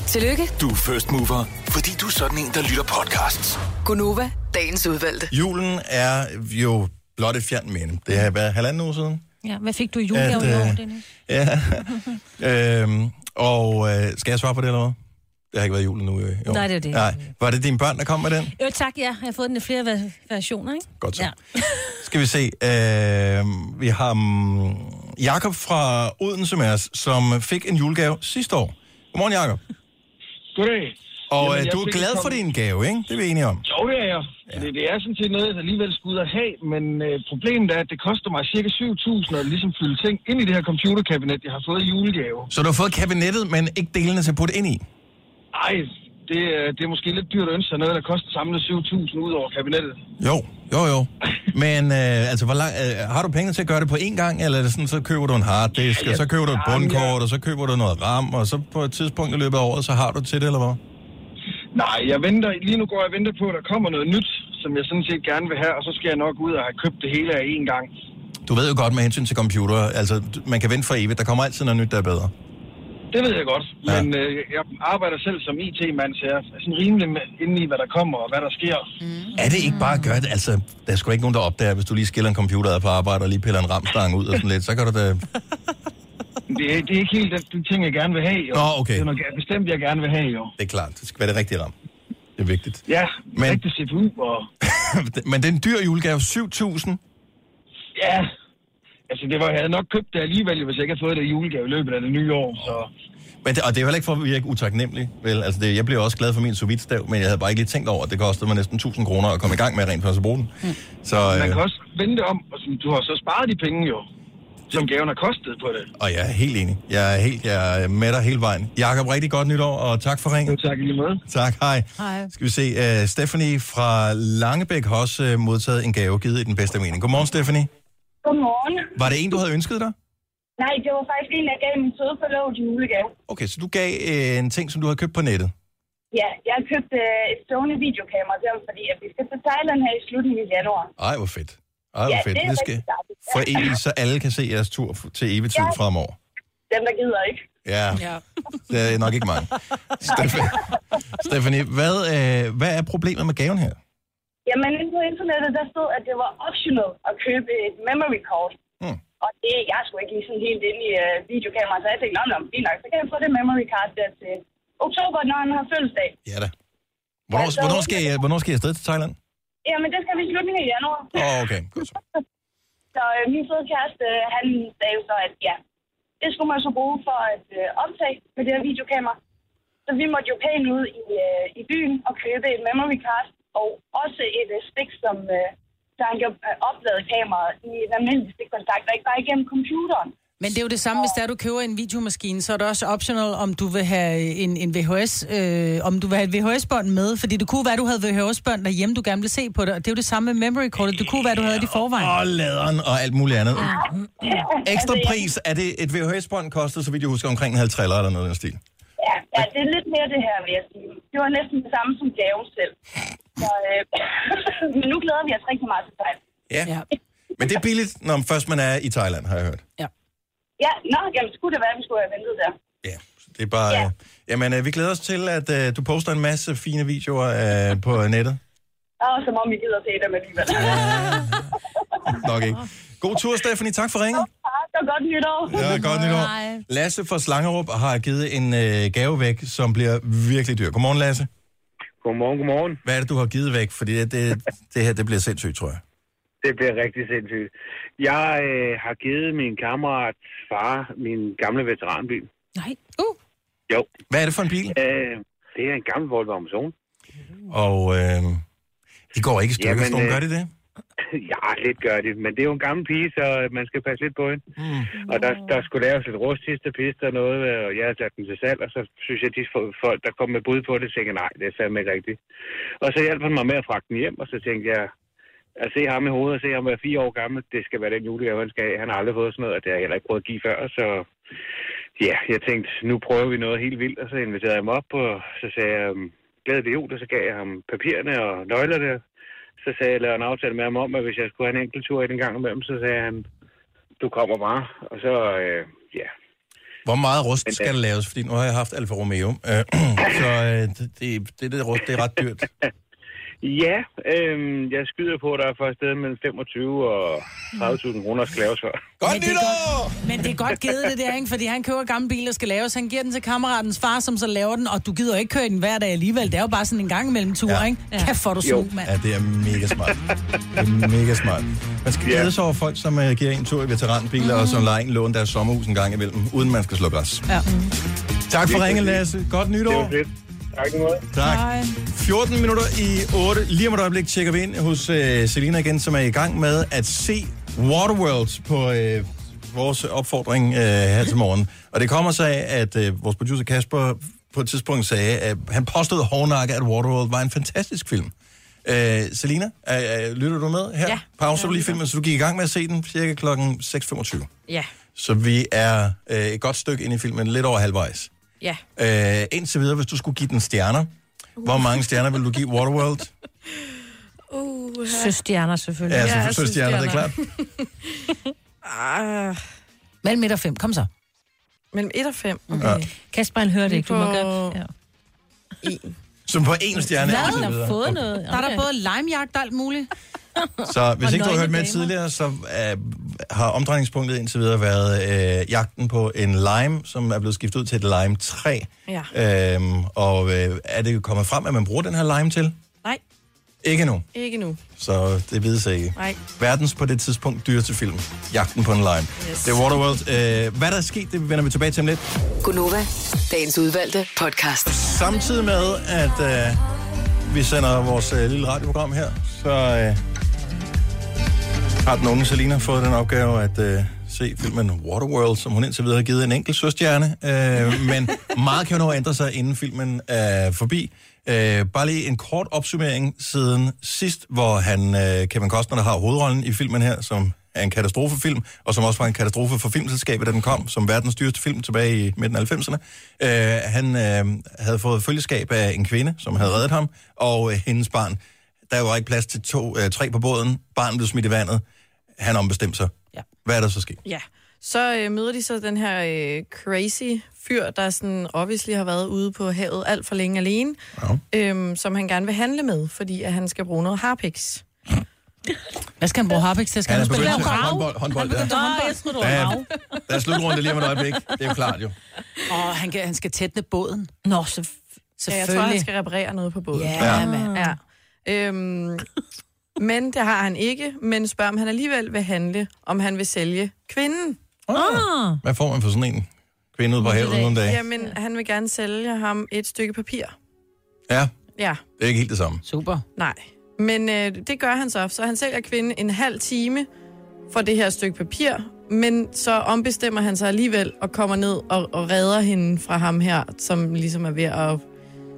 Tillykke,
Du er first mover, fordi du er sådan en, der lytter podcasts.
Gunova, dagens udvalgte.
Julen er jo blot et fjernt minde. Det har været halvanden uge siden.
Ja, hvad fik du i julegave
At,
i år,
øh,
Dennis?
Ja. øhm, og øh, skal jeg svare på det, eller hvad? Det har ikke været jul nu. Øh, i år.
Nej, det er det.
Nej. Var det dine børn, der kom med den?
Jo, tak, ja. Jeg har fået den i flere va- versioner, ikke?
Godt så.
Ja.
Skal vi se. Øh, vi har um, Jakob fra Odense med os, som fik en julegave sidste år. Godmorgen, Jakob.
Goddag.
Og
Jamen,
øh,
jeg
du er
fik
glad
en
for
kom-
din gave, ikke? Det er vi enige om.
Jo, det er jeg. Ja. Det, det er sådan set noget, jeg alligevel skulle ud og have, men øh, problemet er, at det koster mig cirka 7.000 at ligesom fylde ting ind i det her computerkabinet, jeg har fået i julegave.
Så du har fået kabinettet, men ikke delene til at putte ind i?
Ej, det, øh, det er måske lidt dyrt at ønske sig noget, der koster samlet 7.000 ud over kabinettet.
Jo, jo, jo. Men øh, altså, hvor lang, øh, har du penge til at gøre det på én gang, eller er det sådan, så køber du en harddisk,
Ja,
og så
ja.
køber du et
Jamen, ja.
bundkort, og så køber du noget RAM, og så på et tidspunkt i løbet af året, så har du til det, eller hvad?
Nej, jeg venter, lige nu går jeg og venter på, at der kommer noget nyt, som jeg sådan set gerne vil have, og så skal jeg nok ud og have købt det hele af én gang.
Du ved jo godt med hensyn til computer, altså, d- man kan vente for evigt, der kommer altid noget nyt, der er bedre.
Det ved jeg godt, ja. men øh, jeg arbejder selv som IT-mand, så jeg er sådan rimelig med- inde i, hvad der kommer og hvad der sker.
Er det ikke bare at gøre det? Altså, der er sgu ikke nogen, der opdager, hvis du lige skiller en computer ad på arbejde, og lige piller en ramstang ud og sådan lidt, så kan du da...
Det, er- det er ikke helt den ting, jeg gerne vil have. Jo.
Nå, okay.
Det er noget, jeg bestemt, jeg gerne vil have, jo.
Det er klart, det skal være det rigtige ram. Det er vigtigt.
Ja,
Men-
men... rigtig CPU og...
Men det er en dyr julegave, 7.000.
Ja, altså det var, jeg havde nok købt det alligevel, hvis jeg ikke havde fået det i julegave i løbet af det nye år, så...
Men det, og det er jo heller ikke for at virke utaknemmelig. Vel, altså det, jeg blev også glad for min sous stav men jeg havde bare ikke lige tænkt over, at det kostede mig næsten 1000 kroner at komme i gang med rent faktisk at bruge den. Mm. Så,
Man
øh,
kan også vende det om, og sådan, du har så sparet de penge jo, som gaven har kostet på det.
og jeg er helt enig. Jeg er, helt, jeg er med dig hele vejen. Jakob, rigtig godt nytår, og tak for ringen.
tak i lige måde.
Tak, hej.
Hej.
Skal vi se, uh, Stephanie fra Langebæk har også uh, modtaget en gave, givet i den bedste mening. Godmorgen, Stephanie.
Godmorgen.
Var det en, du havde ønsket dig?
Nej, det var faktisk en, der gav min søde forlovede i julegave.
Okay, så du gav uh, en ting, som du havde købt på nettet.
Ja, jeg købte øh, et stående videokamera til ham, fordi at vi skal til Thailand her i slutningen af januar.
Ej, hvor fedt. Ej, hvor
Ja,
fedt.
det er
Det skal
rigtig dejligt, ja.
for evigt, så alle kan se jeres tur f- til evigt tid
Ja.
fremover.
Dem, der gider ikke.
Ja, Det er nok ikke mange. Stefanie, Stefanie hvad, øh, hvad er problemet med gaven her?
Jamen, inde på internettet, der stod, at det var optional at købe et memory card.
Mm.
Og det, jeg skulle ikke lige sådan helt ind i øh, videokamera, så jeg tænkte, nå, nå, fint nok, så kan jeg få det memory card der til oktober, når han har fødselsdag.
Ja da. Hvornår,
Altså,
hvornår, skal, I, hvornår skal I afsted til Thailand?
Jamen, det skal vi i slutningen af januar.
Åh, oh, okay. Godt så.
Så øh, min søde kæreste, øh, han sagde jo så, at ja, det skulle man så bruge for at øh, optage med det her videokamera. Så vi måtte jo pænt ud i, øh, i byen og købe et memory card, og også et øh, stik, som øh, så han kan øh, oplade kameraet i en almindelig stikkontakt, og ikke bare igennem computeren.
Men det er jo det samme, hvis der du køber en videomaskine, så er det også optional, om du vil have en, en VHS, øh, om du vil have et VHS-bånd med, fordi det kunne være, du havde VHS-bånd derhjemme, du gerne ville se på det, og det er jo det samme med memory cortet, det kunne være, du havde det i forvejen.
Og laderen og alt muligt andet.
Ah,
Mm-hmm.
Altså,
Ekstra pris, er det et VHS-bånd koster, så vidt jeg husker, omkring en halv triller eller noget i den stil.
Ja, ja, det er lidt mere det her, vil jeg sige. Det var næsten det samme som gaven selv. Så, øh, men nu glæder vi os rigtig meget til dig.
Ja. ja. Men det er billigt, når først man er i Thailand, har jeg hørt.
Ja, nå, jamen, skulle det være, at vi skulle have ventet der.
Det er bare... Ja. Øh, jamen, øh, vi glæder os til, at øh, du poster en masse fine videoer øh, på nettet. øh,
Og som om vi gider se dem alligevel.
Nok ikke. God tur, Stephanie. Tak for ringen.
tak, og godt nytår.
Ja, godt nytår. Lasse fra Slangerup har givet en øh, gave væk, som bliver virkelig dyr. Godmorgen, Lasse.
Godmorgen, godmorgen.
Hvad er det, du har givet væk? Fordi det, det, det her, det bliver sindssygt, tror jeg.
Det bliver rigtig sindssygt. Jeg øh, har givet min kammerat far min gamle veteranbil.
Nej. Uh.
Jo.
Hvad er det for en bil?
Øh, det er en gammel Volvo Amazon.
Og øh, de går ikke i stykker,
Jamen,
sådan nogle,
øh,
gør de det?
Ja, lidt gør det. Men det er jo en gammel pige, så øh, man skal passe lidt på hende. Mm. Og der, der skulle laves lidt rustiste pister og noget, øh, og jeg har sat den til salg, og så synes jeg, at de fo- folk, der kom med bud på det, tænkte, nej, det er fandme ikke rigtigt. Og så hjalp han mig med at fragte den hjem, og så tænkte jeg, at se ham i hovedet og se ham være fire år gammel, det skal være den julegave, han skal have. Han har aldrig fået sådan noget, og det har jeg heller ikke prøvet at give før, så ja, jeg tænkte, nu prøver vi noget helt vildt, og så inviterede jeg ham op, og så sagde jeg, øhm, glædelig jul, og så gav jeg ham papirerne og nøglerne, så sagde jeg, lavede en aftale med ham om, at hvis jeg skulle have en enkelt tur i den gang imellem, så sagde han, du kommer bare. Og så, øh, ja.
Hvor meget rust
øh,
skal der laves? Fordi nu har jeg haft Alfa Romeo. Øh, så øh, det, det, det, der rust, det er ret dyrt.
Ja, øh, jeg skyder på, at der er for et sted mellem 25 og 30.000 kroner skal laves for.
Godt nytår!
Men det er godt givet det der, ikke? Fordi han køber gammel bil og skal laves. Han giver den til kammeratens far, som så laver den. Og du gider jo ikke køre i den hver dag alligevel. Det er jo bare sådan en gang imellem tur, ja. ikke? Kan få du
Jo.
smug, mand.
Ja, det er mega smart. Det er mega smart. Man skal glæde sig over folk, som uh, giver en tur i veteranbiler, mm. og som lader en låne deres sommerhus en gang imellem, uden man skal slå græs.
Ja.
Tak for ringen, Lasse. Godt nytår.
Det Tak,
Tak. 14 minutter i 8. Lige om et øjeblik tjekker vi ind hos øh, Selina igen, som er i gang med at se Waterworld på øh, vores opfordring øh, her til morgen. Og det kommer sig af, at øh, vores producer Kasper på et tidspunkt sagde, at han påstod hårdnakket, at Waterworld var en fantastisk film. Øh, Selina, øh, øh, lytter du med her?
Ja.
Pauser du lige filmen, så du gik i gang med at se den cirka klokken 6.25.
Ja,
Så vi er øh, et godt stykke ind i filmen, lidt over halvvejs.
ja.
Øh, indtil videre, hvis du skulle give den stjerner,
Uh.
hvor mange stjerner vil du give Waterworld?
Uh,
Søstjerner selvfølgelig.
Ja, ja søstjerner, det er klart.
Ah.
Mellem 1 og 5, kom så.
Mellem 1 og 5.
Okay. Ja.
Kasper, han hører det ikke, du må godt. Ja.
Som på én stjerne. og så
Hvad?
videre.
noget.
Der er der både limejagt og alt muligt.
Så hvis
Og
ikke du har hørt
nøgne
med
damer.
tidligere, så øh, har omdrejningspunktet indtil videre været øh, jagten på en lime, som er blevet skiftet ud til et lime-træ.
Ja.
Øhm, og øh, er det kommet frem, at man bruger den her lime til?
Nej,
Ikke nu,
ikke nu.
så det vides jeg ikke.
Nej.
Verdens på det tidspunkt dyreste film. Jagten på en lime.
Yes.
Det er Waterworld. Øh, hvad der er sket, det vender vi tilbage til om lidt.
Gunova, dagens udvalgte podcast.
Samtidig med, at øh, vi sender vores øh, lille radioprogram her, så øh, har den unge Selina fået den opgave at øh, se filmen Waterworld, som hun indtil videre har givet en enkelt søstjerne. Øh, men meget kan jo nå at ændre sig, inden filmen er forbi. Øh, bare lige en kort opsummering siden sidst, hvor han, øh, Kevin Costner, der har hovedrollen i filmen her, som er en katastrofefilm, og som også var en katastrofe for filmselskabet, da den kom, som verdens dyreste film tilbage i midten af 90'erne. Øh, han øh, havde fået følgeskab af en kvinde, som havde reddet ham, og øh, hendes barn. Der var ikke plads til to, øh, tre på båden. Barnet blev smidt i vandet. Han ombestemte sig. Ja. Hvad er der så sket?
Ja. Så øh, møder de så den her øh, crazy fyr, der sådan obviously har været ude på havet alt for længe alene,
ja.
øhm, som han gerne vil handle med, fordi at han skal bruge noget harpiks.
Hvad skal han bruge harpiks til? Skal
Han
han,
er
spille
begyndt til
rav?
håndbold. håndbold
Han begyndte at
ja.
håndbold.
Der er, der er slutrunde lige om et øjeblik. Det er jo klart jo.
Åh, han, kan, han skal tætne båden.
Nå, så
Ja, jeg
selvfølgelig.
tror, han skal reparere noget på båden.
Ja, Ja. mand.
Ja. Øhm, men det har han ikke, men spørger, om han alligevel vil handle, om han vil sælge kvinden.
Ah.
Hvad får man for sådan en kvinde ude på havet nogle dage?
Jamen, han vil gerne sælge ham et stykke papir.
Ja,
Ja,
det er ikke helt det samme.
Super.
nej. Men øh, det gør han så. Så han sælger kvinden en halv time for det her stykke papir, men så ombestemmer han sig alligevel og kommer ned og, og redder hende fra ham her, som ligesom er ved at...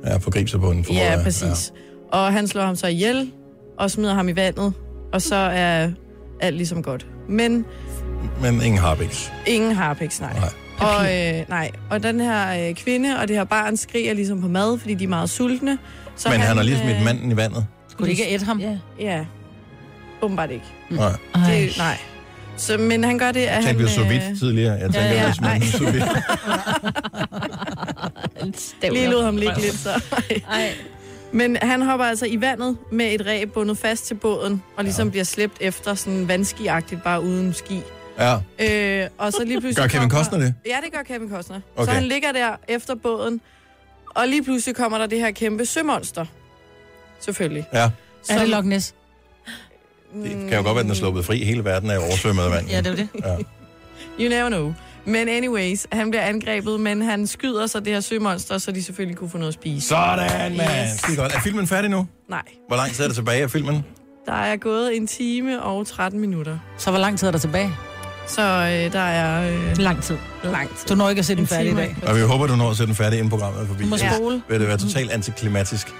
Ja, forgribe sig på en forråder.
Ja, præcis. Ja. Og han slår ham så ihjel og smider ham i vandet, og så er alt ligesom godt. Men
Men ingen harpiks.
Ingen harpiks, nej. nej. Og, øh, nej. og den her øh, kvinde og det her barn skriger ligesom på mad, fordi de er meget sultne. øh,
Så Men han har ligesom lige
øh,
smidt manden i vandet.
Skulle de ikke have et ham? Ja.
Ja, åbenbart ikke.
Mm. Nej.
Det, nej. Så, men han gør det, at
Jeg
han...
tænkte jo så
øh,
vidt tidligere. Jeg tænker, ja, hvis man
ej.
så vidt.
Lige lod ham ligge lidt, så. Ej. Men han hopper altså i vandet med et ræb bundet fast til båden, og ligesom ja. bliver slæbt efter sådan vandskiagtigt, bare uden ski.
Ja.
Øh, og så lige pludselig
Gør Kevin
kommer-
Costner det?
Ja, det gør Kevin Costner. Okay. Så
Okay.
han ligger der efter båden, og lige pludselig kommer der det her kæmpe sømonster. Selvfølgelig.
ja.
Er det Loch Ness?
Det kan jo godt være, at den er sluppet fri. Hele verden er jo oversvømmet af vand.
Ja, det er jo det.
Ja.
You never know. Men anyways, han bliver angrebet, men han skyder så det her sømonster, så de selvfølgelig kunne få noget at spise.
Sådan, mand! Yes. Er filmen færdig nu?
Nej.
Hvor lang tid er det tilbage af filmen?
Der er gået en time og 13 minutter.
Så hvor lang tid er der tilbage?
Så øh, der er... Øh,
lang tid.
Lang tid.
Du når ikke at se den
En
færdig i
time
dag.
Og vi håber, du når at sætte den færdig, inden programmet er forbi.
Du må
Ellers
spole.
Vil det være totalt antiklimatisk?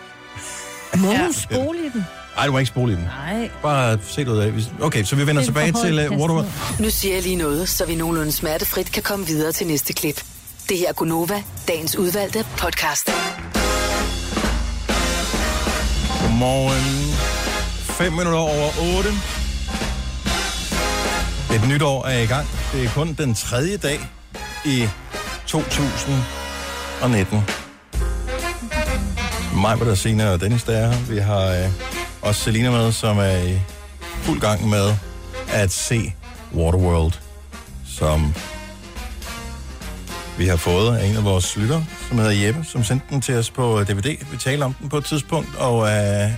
Må ja. spole i den?
Nej, du må ikke spole i den.
Nej.
Bare se det ud af. Hvis- Okay, så vi vender tilbage til uh, Waterworld.
Nu siger jeg lige noget, så vi nogenlunde smertefrit kan komme videre til næste klip. Det her er Gunova, dagens udvalgte podcast.
Godmorgen. 5 minutter over 8. Et nyt år er i gang. Det er kun den tredje dag i 2019. Mig, der Sina og Dennis, der er her. Vi har øh, også Selina med, som er i fuld gang med at se Waterworld, som vi har fået af en af vores lytter, som hedder Jeppe, som sendte den til os på øh, DVD. Vi talte om den på et tidspunkt, og øh,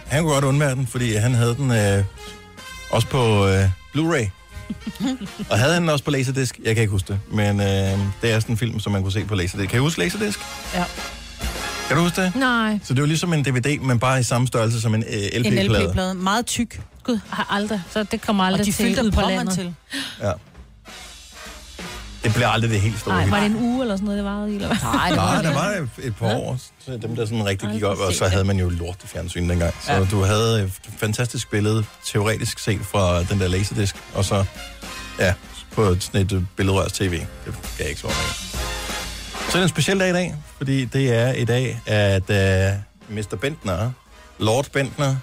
han kunne godt undvære den, fordi han havde den øh, også på øh, Blu-ray. og havde han den også på Laserdisc? Jeg kan ikke huske det, men øh, det er sådan en film, som man kunne se på Laserdisc. Kan I huske Laserdisc?
Ja.
Kan du huske det?
Nej.
Så det var ligesom en DVD, men bare i samme størrelse som en øh, LP-plade.
En LP-plade. Meget tyk. Gud, har aldrig. Så det kommer aldrig
Og de
til
fyldte
ude på
pommeren
landet.
til.
Ja. Det blev aldrig det helt store
Nej,
hit.
var det en uge eller sådan noget, det varede i? Eller? hvad?
Nej, Ah, der var et- et par år, så dem der sådan rigtig gik op, og så havde man jo lort i fjernsyn dengang. Så
Ja.
ja. du havde et fantastisk billede, teoretisk set, fra den der laserdisk, og så, ja, på et- sådan et øh, billedrørs tv. Det kan jeg ikke svare med. Så er det en speciel dag i dag, fordi det er i dag, at uh, Mr. Bentner, Lord Bentner,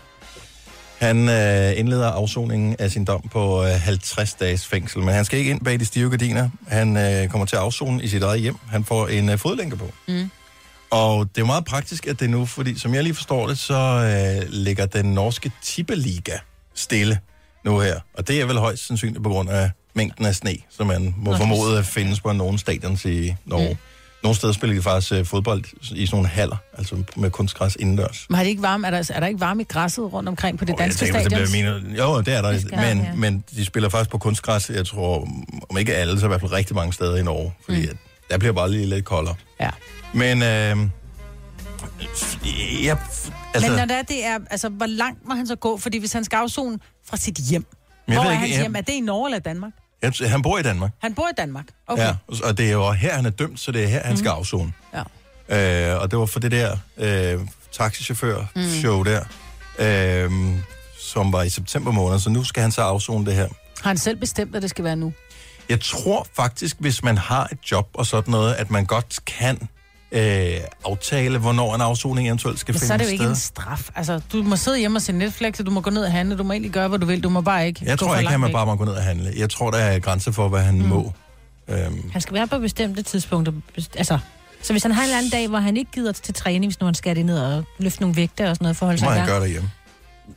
han øh, indleder afsoningen af sin dom på øh, 50 dages fængsel, men han skal ikke ind bag de stive gardiner. Han øh, kommer til at afzone i sit eget hjem. Han får en øh, fodlænke på.
Mm.
Og det er jo meget praktisk, at det er nu, fordi som jeg lige forstår det, så øh, ligger den norske Tippeliga stille nu her. Og det er vel højst sandsynligt på grund af mængden af sne, som man må
Nå,
formode at findes på nogle stadions i Norge. Mm. Nogle steder spiller de faktisk øh, fodbold i sådan nogle haller, altså med kunstgræs indendørs.
Men har de ikke varme? Er der, er der ikke varme i græsset rundt omkring på det danske
jeg tænker,
stadion?
hvis det bliver mine... Jo, det er der.
skal
men,
der, ja.
men de spiller faktisk på kunstgræs, jeg tror, om ikke alle, så i hvert fald rigtig mange steder i Norge. Fordi mm. der bliver bare lige lidt koldere.
Ja.
Men øh, jeg,
Altså...
altså,
Men når det er, det er, altså, hvor langt må han så gå? Fordi hvis han skal afzone fra sit hjem,
jeg
hvor
ved
er
ikke,
hans
jeg-
hjem? Er det i Norge eller Danmark?
jeg, han bor i Danmark.
Han bor i Danmark. Okay. Mhm.
Ja, og det er jo her, han er dømt, så det er her, han skal afzone.
Ja.
Øh, og det var for det der øh, taxichauffør-show
Mm.
der, øh, som var i september måned, så nu skal han så afzone det her.
Har han selv bestemt, at det skal være nu?
Jeg tror faktisk, hvis man har et job og sådan noget, at man godt kan øh, aftale, hvornår en afsoning eventuelt skal
Men
finde
så er det jo ikke en
sted.
straf. Altså, du må sidde hjemme og se Netflix, og du må gå ned og handle. Du må egentlig gøre, hvad du vil. Du må bare ikke
Jeg
gå
tror
for
ikke,
langt
at man
væk.
bare må gå ned og handle. Jeg tror, der er grænser for, hvad han mm. må. Øhm,
Han skal være på bestemte tidspunkter. Best- Altså, så hvis han har en eller anden dag, hvor han ikke gider til træning, hvis nu han skal det ned og løfte nogle vægte og sådan noget for at holde
må
sig i
han
gang.
gøre derhjemme.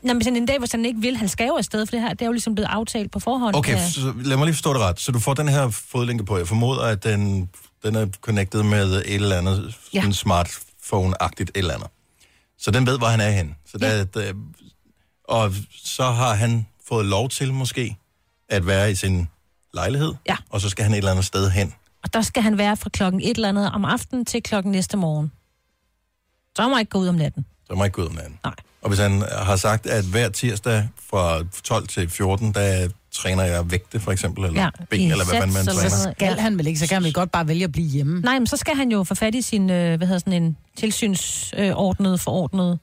Nå, men sådan en dag, hvor han ikke vil, han skal jo afsted, for det her, det er jo ligesom blevet aftalt på forhånd.
Okay,
Ja.
så lad mig lige forstå det ret. Så du får den her fodlænke på. Jeg formoder, at den, den er connected med et eller andet
Ja.
ja. en smartphone-agtigt et eller andet. Så den ved, hvor han er henne. Så der, der, og så har han fået lov til måske at være i sin lejlighed,
Ja.
og så skal han et eller andet sted hen.
Og der skal han være fra klokken et eller andet om aftenen til klokken næste morgen. Så må han ikke gå ud om natten.
Så må jeg ikke gå ud med anden. Nej. Og hvis han har sagt, at hver tirsdag fra 12 til 14, der træner jeg vægte, for eksempel, eller ja, ben, eller hvad fanden man træner.
Så skal han vel ikke, så kan han vel godt bare vælge at blive hjemme.
Nej, men så skal han jo få fat i sin, øh, hvad hedder sådan en, tilsynsordnet, forordnet.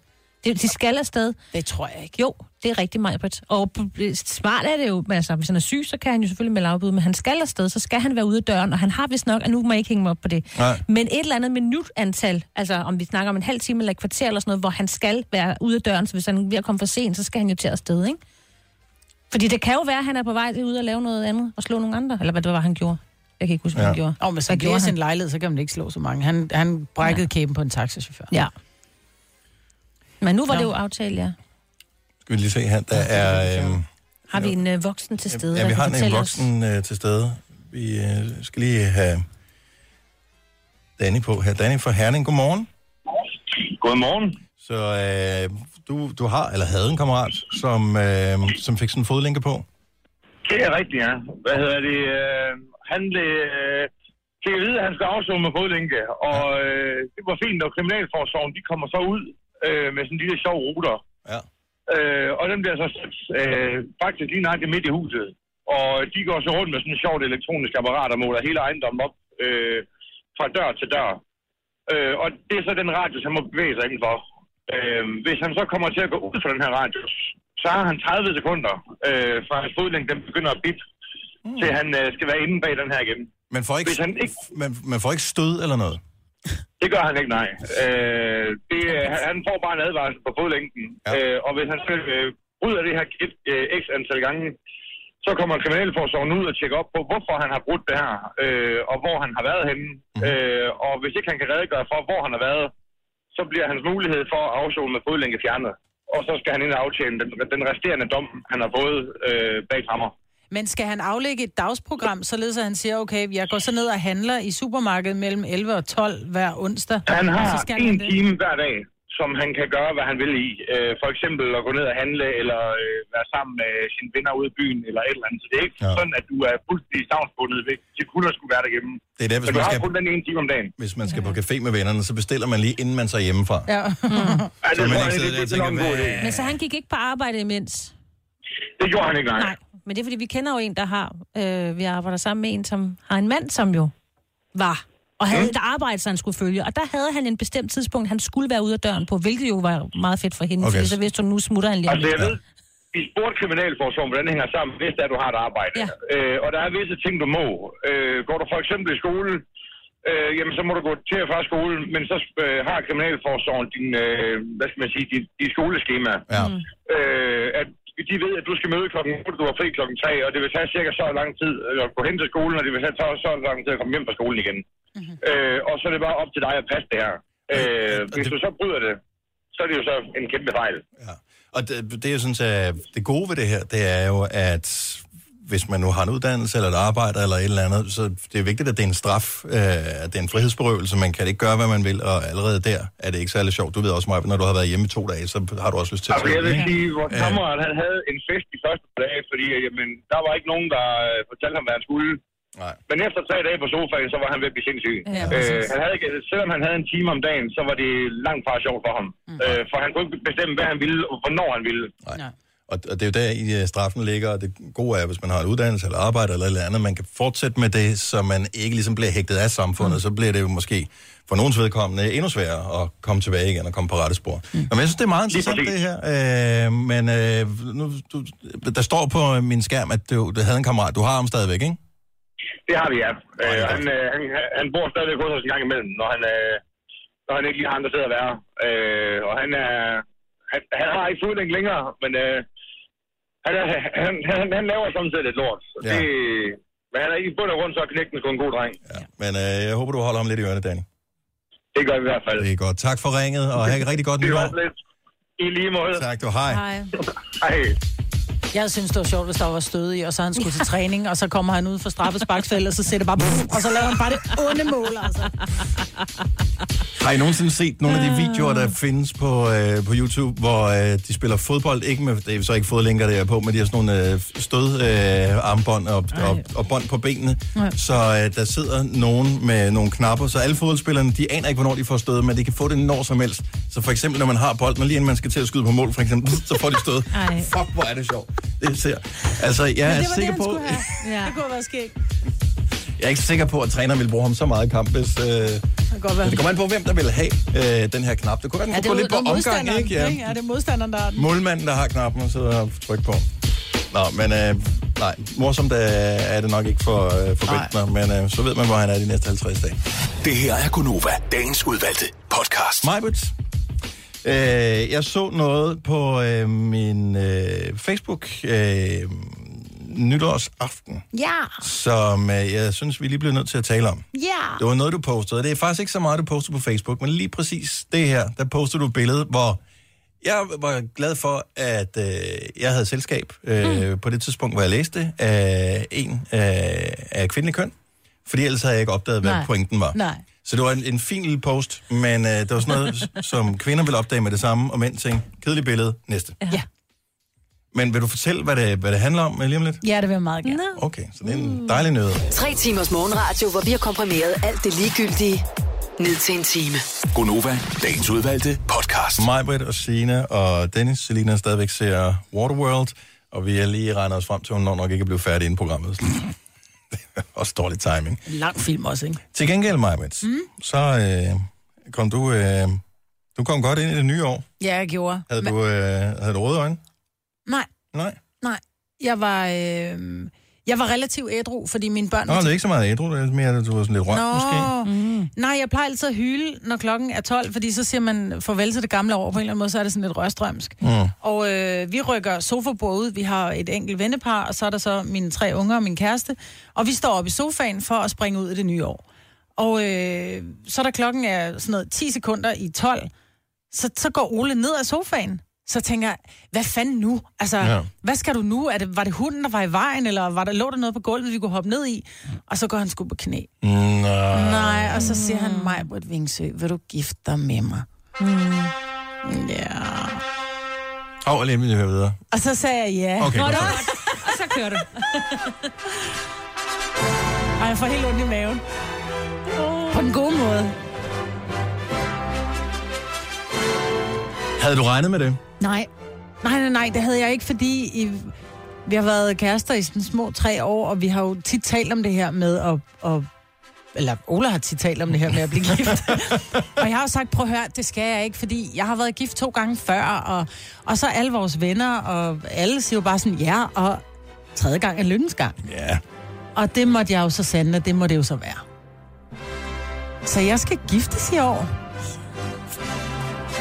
De, de skal afsted.
Det tror jeg ikke.
Jo, det er rigtig meget. Og p- smart er det jo, men altså, hvis han er syg, så kan han jo selvfølgelig melde afbud, men han skal afsted, så skal han være ude af døren, og han har vist nok, og nu må jeg ikke hænge mig op på det.
Nej.
Men et eller andet minutantal, altså om vi snakker om en halv time eller et kvarter eller sådan noget, hvor han skal være ude af døren, så hvis han er ved at komme for sent, så skal han jo til afsted, ikke? Fordi det kan jo være, at han er på vej ud og lave noget andet og slå nogle andre, eller hvad det var, han gjorde. Jeg kan ikke huske, hvad han gjorde.
Og hvis
Hvad
han bliver i
gjorde
sin lejlighed, så kan man ikke slå så mange. Han, han brækkede ja. kæben på en taxichauffør.
Ja. Men nu var
Nå.
det jo aftalt, ja.
Skal vi lige se her. Der er... Øh,
Har vi en øh, voksen til stede?
Ja,
der
vi
kan
har en
fortælle os-
voksen øh, til stede. Vi øh, skal lige have Danny på her. Danny fra Herning, godmorgen.
Godmorgen.
Så øh, du, du har, eller havde en kammerat, som, øh, som fik sådan en fodlænke på.
Det er rigtigt, ja. Hvad hedder det? Øh, han blev... Øh, fik at vide, at han skal afzone med fodlænke, og øh, det var fint, når Kriminalforsorgen de kommer så ud øh, med sådan en lille sjov ruter.
Ja.
Øh, og den bliver så søgt, øh, faktisk lige nøjagtigt midt i huset. Og de går så rundt med sådan et sjovt elektronisk apparat og måler hele ejendommen op øh, fra dør til dør. Øh, og det er så den radio, som må bevæge sig indenfor. Øh, hvis han så kommer til at gå ud fra den her radio, så har han 30 sekunder øh, fra hans fodlænge, den begynder at bip, mm. til han øh, skal være inde bag den her igen.
Man får ikke,
Hvis han ikke
man, man får ikke stød eller noget.
det gør han ikke, nej. Øh, det, øh, han- han får bare en advarsel på fodlængden. Ja. Øh, og hvis han så øh, bryder det her kit øh, x antal gange, så kommer kriminalforsorgen ud og tjekker op på, hvorfor han har brudt det her, øh, og hvor han har været henne. Mm. Øh, og hvis ikke han kan redegøre for, hvor han har været, så bliver hans mulighed for at afzone med fodlænke fjernet. Og så skal han ind og aftjene den, den resterende dom, han har fået øh, bag fremmer.
Men skal han aflægge et dagsprogram, således at han siger, okay, jeg går så ned og handler i supermarkedet mellem 11 og 12 hver onsdag?
Han
Så
har
skal
en
gøre det.
time hver dag, som han kan gøre, hvad han vil i. Øh, for eksempel at gå ned og handle, eller øh, være sammen med sine venner ude i byen, eller et eller andet. Så det er ikke ja. sådan, at du er fuldstændig stavnsbundet ved, til kun at skulle være derhjemme.
Det er der, hvis
så du
man
har
skal-
kun den ene time om dagen.
Hvis man skal på café med vennerne, så bestiller man lige, inden man tager hjemmefra.
Ja. Mm.
Ej,
Så
det,
man
tror
ikke
jeg, det,
sidder
det,
der og
det, det,
tænker,
det,
hvad...
Men så han gik ikke på arbejde imens?
det gjorde han ikke, nej.
Nej, men det er fordi, vi kender jo en, der har... Øh, vi arbejder sammen med en, som har en mand, som jo var og havde et arbejde, så han skulle følge. Og der havde han en bestemt tidspunkt, han skulle være ude af døren på, hvilket jo var meget fedt for hende,
Okay.
okay. fordi så vidste hun, nu smutter han lige om
Altså, jeg
lidt.
ved, de spurgte kriminalforsorgen, hvordan det hænger sammen, hvis det er, du har et arbejde.
Ja.
Øh, og der er visse ting, du må. Øh, går du for eksempel i skole, øh, jamen, så må du gå til og fra skole, men så øh, har kriminalforsorgen din, øh, hvad skal man sige, dit, dit skoleskema.
Ja.
Mm.
Øh, at de ved, at du skal møde klokken 8, du har fri klokken 3, og det vil tage cirka så lang tid øh, at gå hen til skolen, og det vil tage så, så lang tid at komme hjem fra skolen igen. Mm-hmm. Øh, og så er det bare op til dig at passe det her. Øh, hvis du så bryder det, så er det jo så en kæmpe fejl.
Og det, det er jo sådan, at det gode ved det her, det er jo, at hvis man nu har en uddannelse eller et arbejde eller et eller andet, så det er vigtigt, at det er en straf, øh, at det er en frihedsberøvelse. Man kan ikke gøre, hvad man vil, og allerede der er det ikke særlig sjovt. Du ved også, Maja, når du har været hjemme i to dage, så har du også lyst til at
Altså, jeg
slå
vil
den, ikke?
sige, vores kammerat, han havde en fest de første dage, fordi øh, jamen, der var ikke nogen, der øh, fortalte ham, hvad han skulle.
Nej.
Men efter tre dage på sofaen, så var han ved at blive sindssyg.
Ja,
øh,
præcis.
han havde, ikke- selvom han havde en time om dagen, så var det langt fra sjovt for ham. Mm. Øh, for han kunne ikke bestemme, hvad han ville, og hvornår han ville.
Og, og det er jo der, i øh, straffen ligger, og det gode er, hvis man har en uddannelse eller arbejde eller et eller andet, man kan fortsætte med det, så man ikke ligesom bliver hægtet af samfundet, mm. så bliver det jo måske for nogens vedkommende endnu sværere at komme tilbage igen og komme på rette spor. Mm. Men jeg synes, det er meget
Lige
interessant det her, øh, men øh, nu, du, der står på min skærm, at du, du havde en kammerat, du har ham stadigvæk, ikke?
Det har vi, ja. Øh, han, øh, han, han bor stadigvæk hos os en gang imellem, når han, øh, når han ikke lige har andre steder at være. Øh, og han, er, han, han har ikke fodlænge længere, men øh, han, er, han, han, han laver samtidig lidt lort. Ja. Det, men han er i bund og grund så er knægten sgu en god dreng. Ja.
Men øh, jeg håber, du holder ham lidt i ørerne, Danny.
Det gør vi i hvert fald.
Det er godt. Tak for ringet, og have et rigtig godt
Det var
nytår.
lidt. I lige måde.
Tak, du. Hej.
Hej.
Hej.
Jeg synes, det var sjovt, hvis der var støde i, og så han skulle til træning, og så kommer han ud fra straffesparksfældet, og så sætter bare... Og så laver han bare det onde mål, altså.
Har I nogensinde set nogle af de videoer, der findes på, øh, på YouTube, hvor øh, de spiller fodbold, ikke med, det er så ikke fodlænker, der er på, men de har sådan nogle øh, stødarmbånd øh, armbånd og, og, og bånd på benene,
Nej.
så øh, der sidder nogen med nogle knapper, så alle fodboldspillerne, de aner ikke, hvornår de får stød, men de kan få det når som helst. Så for eksempel, når man har bolden, og lige inden man skal til at skyde på mål, for eksempel, så får de stød.
Ej.
Fuck, hvor er det sjovt. Det ser. Altså, jeg
Men
er
det var det,
sikker
han
på,
skulle have. Ja. Det kunne være sket.
jeg er ikke sikker på, at træneren vil bruge ham så meget i kamp, hvis... Øh,
Det kan godt være.
men det kommer an på, hvem der vil have øh, den her knap. Det kunne være, den kunne
Ja, det
gå
er,
lidt på
det er
omgang,
modstanderen,
ikke? Ja.
Ja, det er modstanderen, der er den.
Målmanden, der har knappen, og sidder og trykker på. Nå, men øh, nej, morsomt øh, er det nok ikke for, øh, for Bentner, men øh, så ved man, hvor han er de næste 50 dage.
Det her er Gunova, dagens udvalgte podcast.
Majbrit, øh, jeg så noget på øh, min øh, Facebook øh, nytårsaften,
Ja,
som øh, jeg synes, vi lige bliver nødt til at tale om.
ja.
Det var noget, du postede. Det er faktisk ikke så meget, du postede på Facebook, men lige præcis det her, der postede du et billede, hvor jeg var glad for, at øh, jeg havde selskab øh, mm. på det tidspunkt, hvor jeg læste af en øh, af kvindelig køn, fordi ellers havde jeg ikke opdaget, hvad
Nej.
pointen var.
Nej.
Så det var en, en fin lille post, men øh, det var sådan noget, s- som kvinder ville opdage med det samme, og mænd tænkte, kedeligt billede, næste.
Ja.
Men vil du fortælle, hvad det, hvad det handler om øh, lige om lidt?
Ja, det vil jeg meget gerne. Mm.
Okay, så det er en dejlig nyhed.
Tre timers morgenradio, hvor vi har komprimeret alt det ligegyldige ned til en time.
Gonova, dagens udvalgte podcast.
Majbrit og Sina og Dennis. Selina stadigvæk ser Waterworld, og vi er lige regnet os frem til, at hun når nok ikke at blive færdig inden programmet. Så det er også dårlig timing.
En lang film også, ikke?
Til gengæld, Majbrit, mm. så øh, kom du, øh, du kom godt ind i det nye år.
Ja, jeg gjorde.
Havde, du, øh, havde du røde øjne?
Nej.
Nej.
Nej. Jeg var, øh, jeg var relativt ædru, fordi mine børn...
Nå, det er ikke så meget ædru, det er mere, at du var sådan lidt rømt måske.
Nå, mm. nej, jeg plejer altid at hyle, når klokken er 12, fordi så siger man farvel til det gamle år på en eller anden måde, så er det sådan lidt rørstrømsk.
Mm.
Og øh, vi rykker sofabordet ud, vi har et enkelt vennepar, og så er der så mine tre unger og min kæreste, og vi står oppe i sofaen for at springe ud i det nye år. Og øh, så er der klokken er sådan noget 10 sekunder i 12, så, så går Ole ned af sofaen. Så tænker jeg, hvad fanden nu? Altså,
Ja.
ja. hvad skal du nu? Er det, var det hunden, der var i vejen, eller var der, lå der noget på gulvet, vi kunne hoppe ned i? Og så går han sgu på knæ.
Nej.
Nej, og så siger han, mig, Britt Vingsø, vil du gifte dig med mig? Mm. Ja.
Åh, oh, lige vil jeg høre videre.
Og så sagde jeg ja.
Okay,
Nå,
godt.
det var- og så kører du. Ej, jeg får helt ondt i maven. På den gode måde.
Havde du regnet med det?
Nej. Nej, nej, nej, det havde jeg ikke, fordi I, vi har været kærester i sådan små tre år, og vi har jo tit talt om det her med at... at eller Ola har tit talt om det her med at blive gift. og jeg har jo sagt, prøv at høre, det skal jeg ikke, fordi jeg har været gift to gange før, og, og så alle vores venner, og alle siger jo bare sådan, ja, og tredje gang er lykkens gang.
Ja.
Og det måtte jeg jo så sande, og det må det jo så være. Så jeg skal giftes i år.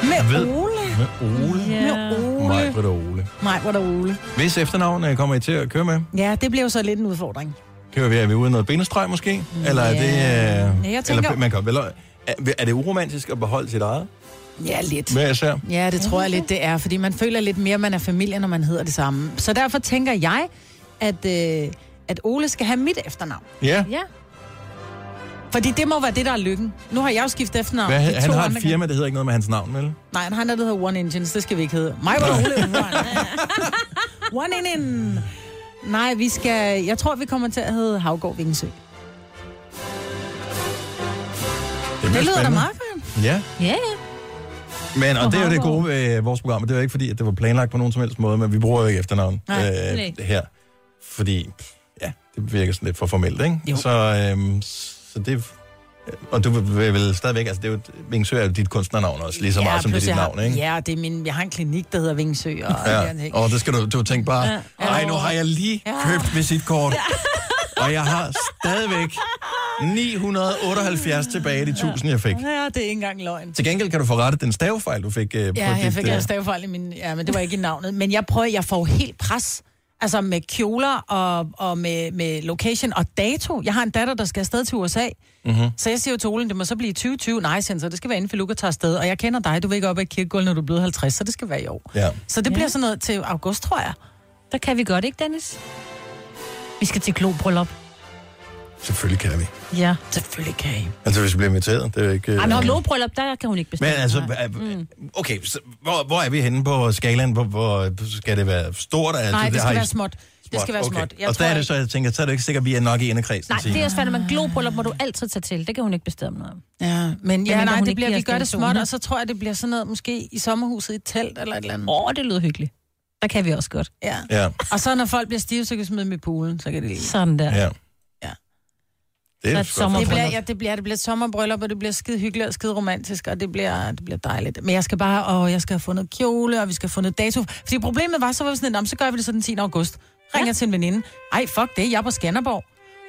Med
Jeg ved-
Ole.
Med Ole.
Med Ole.
Majbrit og Ole.
Nej, hvor er der Ole.
Hvis efternavn øh, kommer I til at køre med,
Ja, det bliver jo så lidt en udfordring.
kører vi, er vi uden noget benestreg måske? Eller er det... Øh,
Ja, jeg tænker-
eller, man kan, vel, er, er det uromantisk at beholde sit eget?
Ja, lidt.
Hvad jeg ser?
Ja, det tror jeg lidt, det er, fordi man føler lidt mere, man er familie, når man hedder det samme. Så derfor tænker jeg, at, øh, at Ole skal have mit efternavn.
Ja.
Ja. Fordi det må være det, der er lykken. Nu har jeg jo skiftet efternavn.
Hvad,
Det er
han
to
har
andre
et firma, der hedder ikke noget med hans navn, vel?
gange. Nej, han har noget, der hedder One Engines. Det skal vi ikke hedde. Mig var Ole One. One Engine. Nej, vi skal... Jeg tror, vi kommer til at hedde Havgård Vingsø. Det, det lyder da
spændende.
meget godt.
Ja,
Ja, ja.
men og
Og
det er jo det
Harbour.
gode ved øh, vores program. Det er jo ikke fordi, at det var planlagt på nogen som helst måde, men vi bruger jo ikke efternavn
Nej, nej.
det her. Fordi, pff, ja, det virker sådan lidt for formelt, ikke?
Jo.
Så, øh, så det... øh, Og du vil vel stadigvæk, altså det er jo, et- Vingsø er jo dit kunstnernavn også, lige så Ligesom meget som det er
plus
dit
jeg
navn,
har,
ikke?
Ja, det er min, jeg har en klinik, der hedder Vingsø. Og
Ja, og det skal du, du tænke bare,
Ja.
ej, nu har jeg lige ja. købt visitkort, og jeg har stadigvæk 978 tilbage af de 1000, jeg fik.
Ja, det er ikke engang løgn.
Til gengæld kan du få rettet den stavefejl, du fik øh,
Ja,
på
jeg
dit...
fik
øh,
en stavefejl i min... Ja, men det var ikke i navnet. Men jeg prøver, jeg får jo helt pres. Altså med kjoler og, og med, med location og dato. Jeg har en datter, der skal afsted til USA.
Mhm.
Så jeg siger jo til Olen, det må så blive i 2020. Nej, sensor, det skal være inden for Luca tager afsted. Og jeg kender dig, du vil ikke op ad et kirkegulv, når du er blevet 50, så det skal være i år.
Ja.
Så det bliver sådan noget til august, tror jeg.
Der kan vi godt, ikke, Dennis? Vi skal til globryllup.
Selvfølgelig kan vi.
Ja.
Selvfølgelig kan I.
Altså, hvis vi bliver inviteret, det er jo ikke... Øh...
Ej, men og globryllup, der kan hun ikke
men
bestemme.
altså,
Nej.
øh,
Mm.
okay, så, hvor, hvor er vi henne på skalaen? Hvor, hvor skal det være stort? Altså,
Nej, det
har
skal
I-
være småt. Det skal være småt. Jeg
og der
tror
er det
ikke-
så, jeg tænker, så er det ikke sikkert, at vi er nok i indekredsen.
Nej,
Signe.
det er også fandme, men globryllup må du altid tage til. Det kan hun ikke bestemme noget om.
Ja, men
Medmindre
ja, nej,
hun
det
ikke
bliver,
giver
vi
os
gør det
datoen,
småt,
ikke?
og så tror jeg, det bliver sådan noget, måske i sommerhuset i et telt eller et eller andet.
Åh, det lyder hyggeligt. Der kan vi også godt.
Ja.
Ja.
Og så når folk bliver stive, så kan vi smide dem i poolen, så kan det lide.
Sådan der.
Ja. Det
Det,
er
er
sgu-
det, bliver, ja, det, bliver, det bliver et sommerbryllup, og det bliver skide hyggeligt og skide romantisk, og det bliver, det bliver dejligt. Men jeg skal bare, og jeg skal have fundet kjole, og vi skal have fundet dato. Fordi problemet var, så var vi sådan, lidt, "Nå, men så gør vi det så den 10. august. Ringer til en veninde. Ej, fuck det, jeg er på Skanderborg.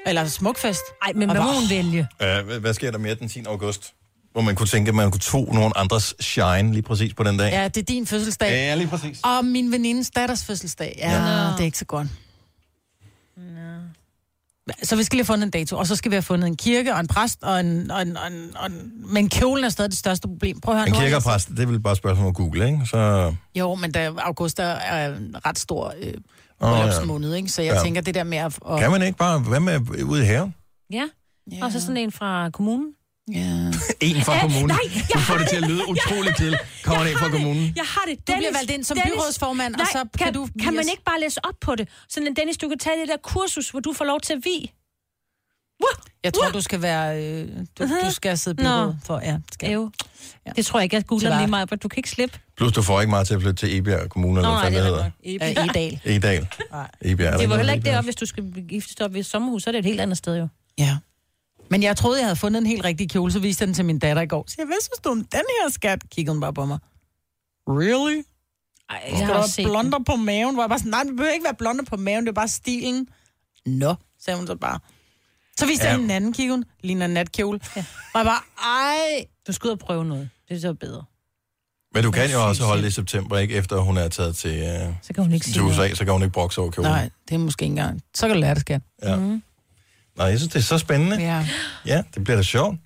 Eller Smukfest.
Ej, men
Og
hvad må
bare-
hun vælge?
Øh, hvad- hvad sker der mere den 10. august? Hvor man kunne tænke, at man kunne tro nogen andres shine lige præcis på den dag.
Ja, det er din fødselsdag.
Ja, lige præcis.
Og min venindes datters fødselsdag. Ja,
Ja.
ja. det er ikke så godt. Nå. Så vi skal lige have fundet en dato, og så skal vi have fundet en kirke og en præst, og en, og en, og en, og en, men kjolen er stadig det største problem. Prøv at høre,
En
nu har jeg-
kirkerpræst, det er vel bare et spørgsmål om Google, ikke? Så,
Jo, men da august er- er en ret stor øh,
Åh, ja.
oh, måned, ikke? så jeg
Ja.
ja. tænker det der med at... at
kan man ikke bare, hvad med ude i haven?
Ja. ja. Og så sådan en fra kommunen.
Ja.
En fra
Ja,
kommunen.
nej,
du
jeg
får
har
det til at
det.
lyde utroligt kedeligt. Kommer det en fra kommunen?
Jeg har det.
Du bliver valgt ind som byrådsformand, og så kan
kan
du
Kan
vise-
man ikke bare læse op på det? Sådan, at Dennis, du kan tage det der kursus, hvor du får lov til at vi.
Jeg tror, du skal være... øh, Du, du skal sidde på
Nå.
hovedet for... Ja, skal.
Jo. Ja. Det tror jeg ikke, jeg googler lige mig, for du kan ikke slippe.
Plus, du får ikke meget til at flytte til Ebjerg Kommune, eller hvad fanden det E- hedder.
hedder. Edal.
Egedal. Ebjerg. er der noget
Det var heller ikke
Egedal?
deroppe, hvis du skal giftes op ved et sommerhus, så er det et helt andet sted jo.
Ja. Men jeg troede, jeg havde fundet en helt rigtig kjole, så viste jeg den til min datter i går. Så jeg, hvad synes du om den her skat? Kiggede hun bare på mig. Really? Ej,
jeg har
Skal du
også set
have blonder på maven? Hvor jeg bare sådan, nej, det behøver ikke være blonder på maven, det er bare stilen. Nå, sagde hun så bare. Så viste ja. jeg
Ja.
hende en anden kiggede hun, ligner en natkjole. Ja. Og jeg bare, ej.
Du skal ud og prøve noget. Det er så bedre.
Men du kan jo også holde det i september, ikke? Efter hun er taget til, øh,
Så kan hun ikke sige
til USA,
noget.
så kan hun ikke brokse over kjolen.
Nej, det er måske ikke engang. Så kan du lære det, skat.
Ja.
Mm.
Nej, jeg synes, det er så spændende.
Ja.
Ja, det bliver da sjovt.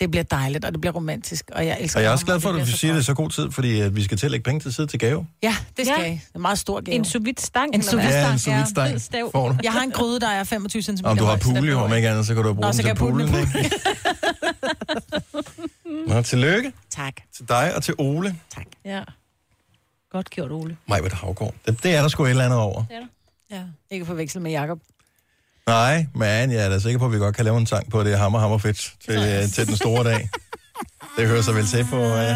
Det bliver dejligt, og det bliver romantisk, og jeg elsker
Og jeg er
ham,
også glad for, at
det
du
bliver så
siger det i så god tid, fordi at vi skal til at lægge penge til side til gave.
Ja, det skal ja. jeg. En meget stor gave.
En sous vide stang.
En
eller
sous
hvad?
vide
Ja, en
stang,
sous vide stang. Får du.
Jeg har en gryde, der er 25 cm
Om du har pool, jo, om ikke andet, så kan du jo bruge
Nå,
den
så
til
kan jeg pulle
poolen.
den
ikke? Nå, tillykke.
Tak.
Til dig og til Ole.
Ja. Godt gjort, Ole.
Majbert Havgård. Det, det er der sgu et eller andet over.
Det er der.
Ja, ikke forveksel med Jakob.
Nej, men jeg er da sikker på, at vi godt kan lave en sang på det er hammer, hammer fedt til, øh, til den store dag. Det hører sig vel til på øh,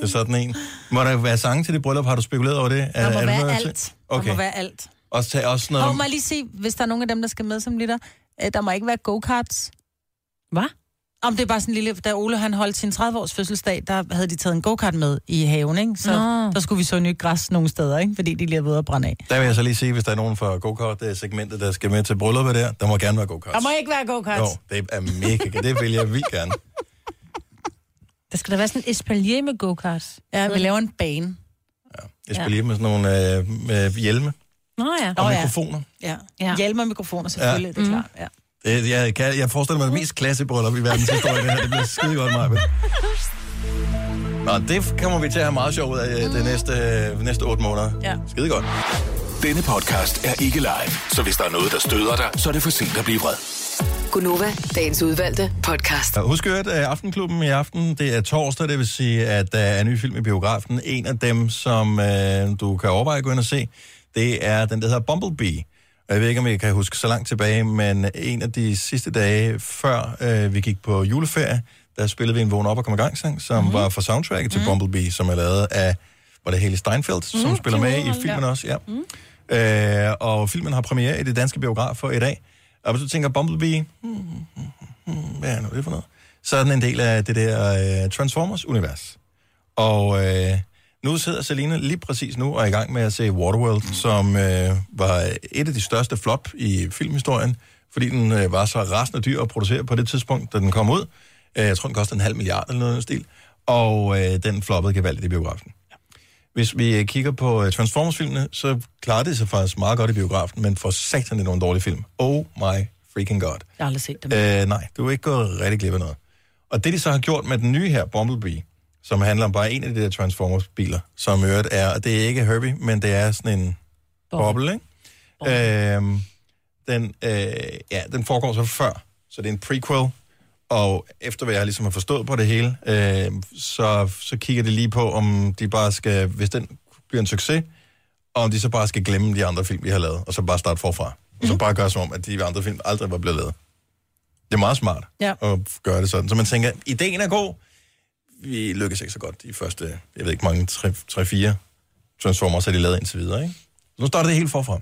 til sådan en. Må der være sange til det bryllup? Har du spekuleret over det?
Der må
du
være
noget til?
alt.
Okay.
Der må være alt.
Også, tage, også
Nå.
noget...
Og må jeg lige sige, hvis der er nogen af dem, der skal med som lytter, øh, der må ikke være go-karts.
Hvad?
Om det er bare sådan en lille... Da Ole han holdt sin 30-års fødselsdag, der havde de taget en go-kart med i haven, ikke? Så
Nå.
Nå. der skulle vi så nyt græs nogle steder, ikke? Fordi de lige er ved at brænde af.
Der vil jeg så lige sige, hvis der er nogen fra go-kart-segmentet, der skal med til brylluppet der, der må gerne være go-kart.
Der må ikke være go-karts.
Jo, det er mega. Det vil jeg vildt gerne.
Der skal der være sådan et espalier med go-karts.
Ja, vi laver en bane.
Jeg spiller lige med sådan nogle øh, med hjelme.
Nå ja.
Og mikrofoner.
Ja. ja. Mm. Hjelme og mikrofoner selvfølgelig,
Ja.
ja. det er klart. Ja.
Det, Øh, jeg, kan, jeg forestiller mig det mest klasse bryllup i verdenshistorien. Det, her. det bliver skide godt, Maja. Nå, det kommer vi til at have meget sjovt ud af øh, de næste, øh, næste otte måneder.
Ja.
Skide godt.
Denne podcast er ikke live, så hvis der er noget, der støder dig, så er det for sent at blive vred.
Gunova, dagens udvalgte podcast.
Og Husk at øh, Aftenklubben i aften, det er torsdag, det vil sige, at der er en ny film i biografen. En af dem, som øh, du kan overveje at gå ind og se, det er den, der hedder Bumblebee. Og jeg ved ikke, om jeg kan huske så langt tilbage, men en af de sidste dage, før øh, vi gik på juleferie, der spillede vi en vågen op og kom i gang sang, som
Mhm.
mm-hmm. var fra soundtracket til mm-hmm. Bumblebee, som er lavet af, var det Haley Steinfeld, som
Mhm,
spiller med i
Timon,
filmen
ja. Mhm.
også. Ja. Øh, og filmen har premiere i det danske biografer i dag. Og hvis du tænker Bumblebee, hmm, hmm, hmm, hvad er nu det for noget? Så er den en del af det der øh, Transformers-univers. Og øh, nu sidder Selina lige præcis nu og er i gang med at se Waterworld, mm. som øh, var et af de største flop i filmhistorien, fordi den øh, var så rasende dyr at producere på det tidspunkt, da den kom ud. Øh, jeg tror, den kostede en halv milliard eller noget i den stil. Og øh, den floppede gevaldigt i biografen hvis vi øh, kigger på øh, Transformers-filmene, så klarer det sig faktisk meget godt i biografen, men for satan, det er nogle dårlige film. Oh my freaking god.
Jeg har aldrig set dem.
Øh, nej, du er ikke gået rigtig glip af noget. Og det, de så har gjort med den nye her, Bumblebee, som handler om bare en af de der Transformers-biler, som i øvrigt er, og det er ikke Herbie, men det er sådan en boble, ikke? Øhm, den, øh, ja, den foregår så før, så det er en prequel, og efter hvad jeg ligesom har forstået på det hele, øh, så, så kigger de lige på, om de bare skal, hvis den bliver en succes, og om de så bare skal glemme de andre film, vi har lavet, og så bare starte forfra. Og så bare gøre som om, at de andre film aldrig var blevet lavet. Det er meget smart
Ja.
at gøre det sådan. Så man tænker, ideen er god. Vi lykkes ikke så godt de første, jeg ved ikke mange, 3-4 Transformers har de lavet indtil videre, ikke? Så nu starter det helt forfra.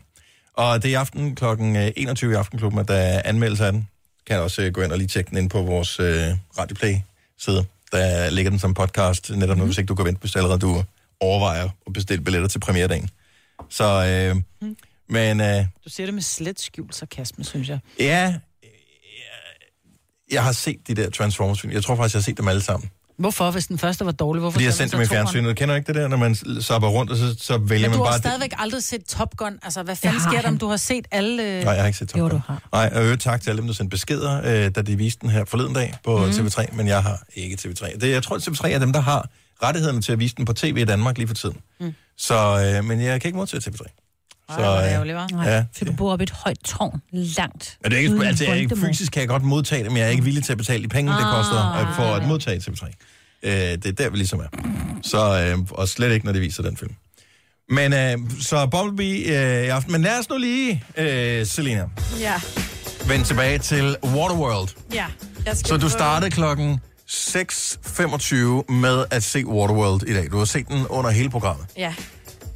Og det er i aften kl. 21 i Aftenklubben, at der er anmeldelse af den. Kan jeg også øh, gå ind og lige tjekke den ind på vores øh, Radioplay-side. Der ligger den som podcast netop nu, hvis ikke du kan vente, hvis allerede du overvejer at bestille billetter til premieredagen. Så, øh, mm. men øh,
Du siger det med slet skjult sarkasme, synes jeg.
ja, øh, jeg har set de der Transformers-film. Jeg tror faktisk, jeg har set dem alle sammen.
Hvorfor, hvis den første var dårlig? Hvorfor
Fordi jeg
ser man
sendte dem i
så toeren?
fjernsynet. Kender du ikke det der, når man sapper rundt, og så, så vælger
Men du
man
har
bare... det-
stadigvæk aldrig set Top Gun. Altså, hvad fanden sker der, om du har set alle... øh,
Nej, jeg har ikke set Top Gun. Nej, og øvrigt tak til alle dem, der sendte beskeder, øh, da de viste den her forleden dag på
Mhm.
mm. TV3, men jeg har ikke TV3. Det, jeg tror, at TV3 er dem, der har rettighederne til at vise den på tv i Danmark lige for tiden. Mm. Så, øh, men jeg kan ikke modtage TV3.
Ej,
Så, øh,
Nej,
ja.
for du bor op i et højt tårn, langt.
Er det er ikke,
ude i
altså, jeg er ikke,
Voldemort.
fysisk kan jeg godt modtage det, men jeg er ikke villig til at betale de penge, det
Ah.
koster at, for at modtage TV3. Øh, det er der, vi ligesom er. Så, øh, og slet ikke, når de viser den film. Men øh, så Bumblebee øh, i aften. Men lad os nu lige, øh, Selina.
Ja.
Vend tilbage til Waterworld.
Ja. Jeg skal
Så du
på-
startede klokken 6.25 med at se Waterworld i dag. Du har set den under hele programmet.
Ja,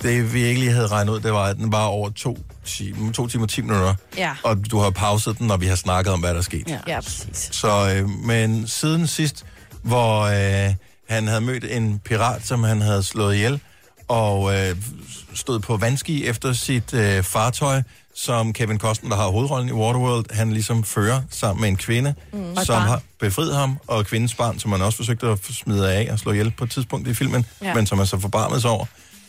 Det vi ikke lige havde regnet ud, det var, at den var over to timer, to timer og 10 minutter.
Ja.
Og du har pauset den, når vi har snakket om, hvad der er sket.
ja. ja præcis.
Så, øh, men siden sidst, hvor øh, han havde mødt en pirat, som han havde slået ihjel, og øh, stod på vandski efter sit øh, fartøj, som Kevin Costner, der har hovedrollen i Waterworld, han ligesom fører sammen med en kvinde,
Mm. Og
mm.
et
som
barn.
har befriet ham, og kvindens barn, som han også forsøgte at smide af og slå ihjel på et tidspunkt i filmen,
Ja.
ja. men som han så forbarmede sig over.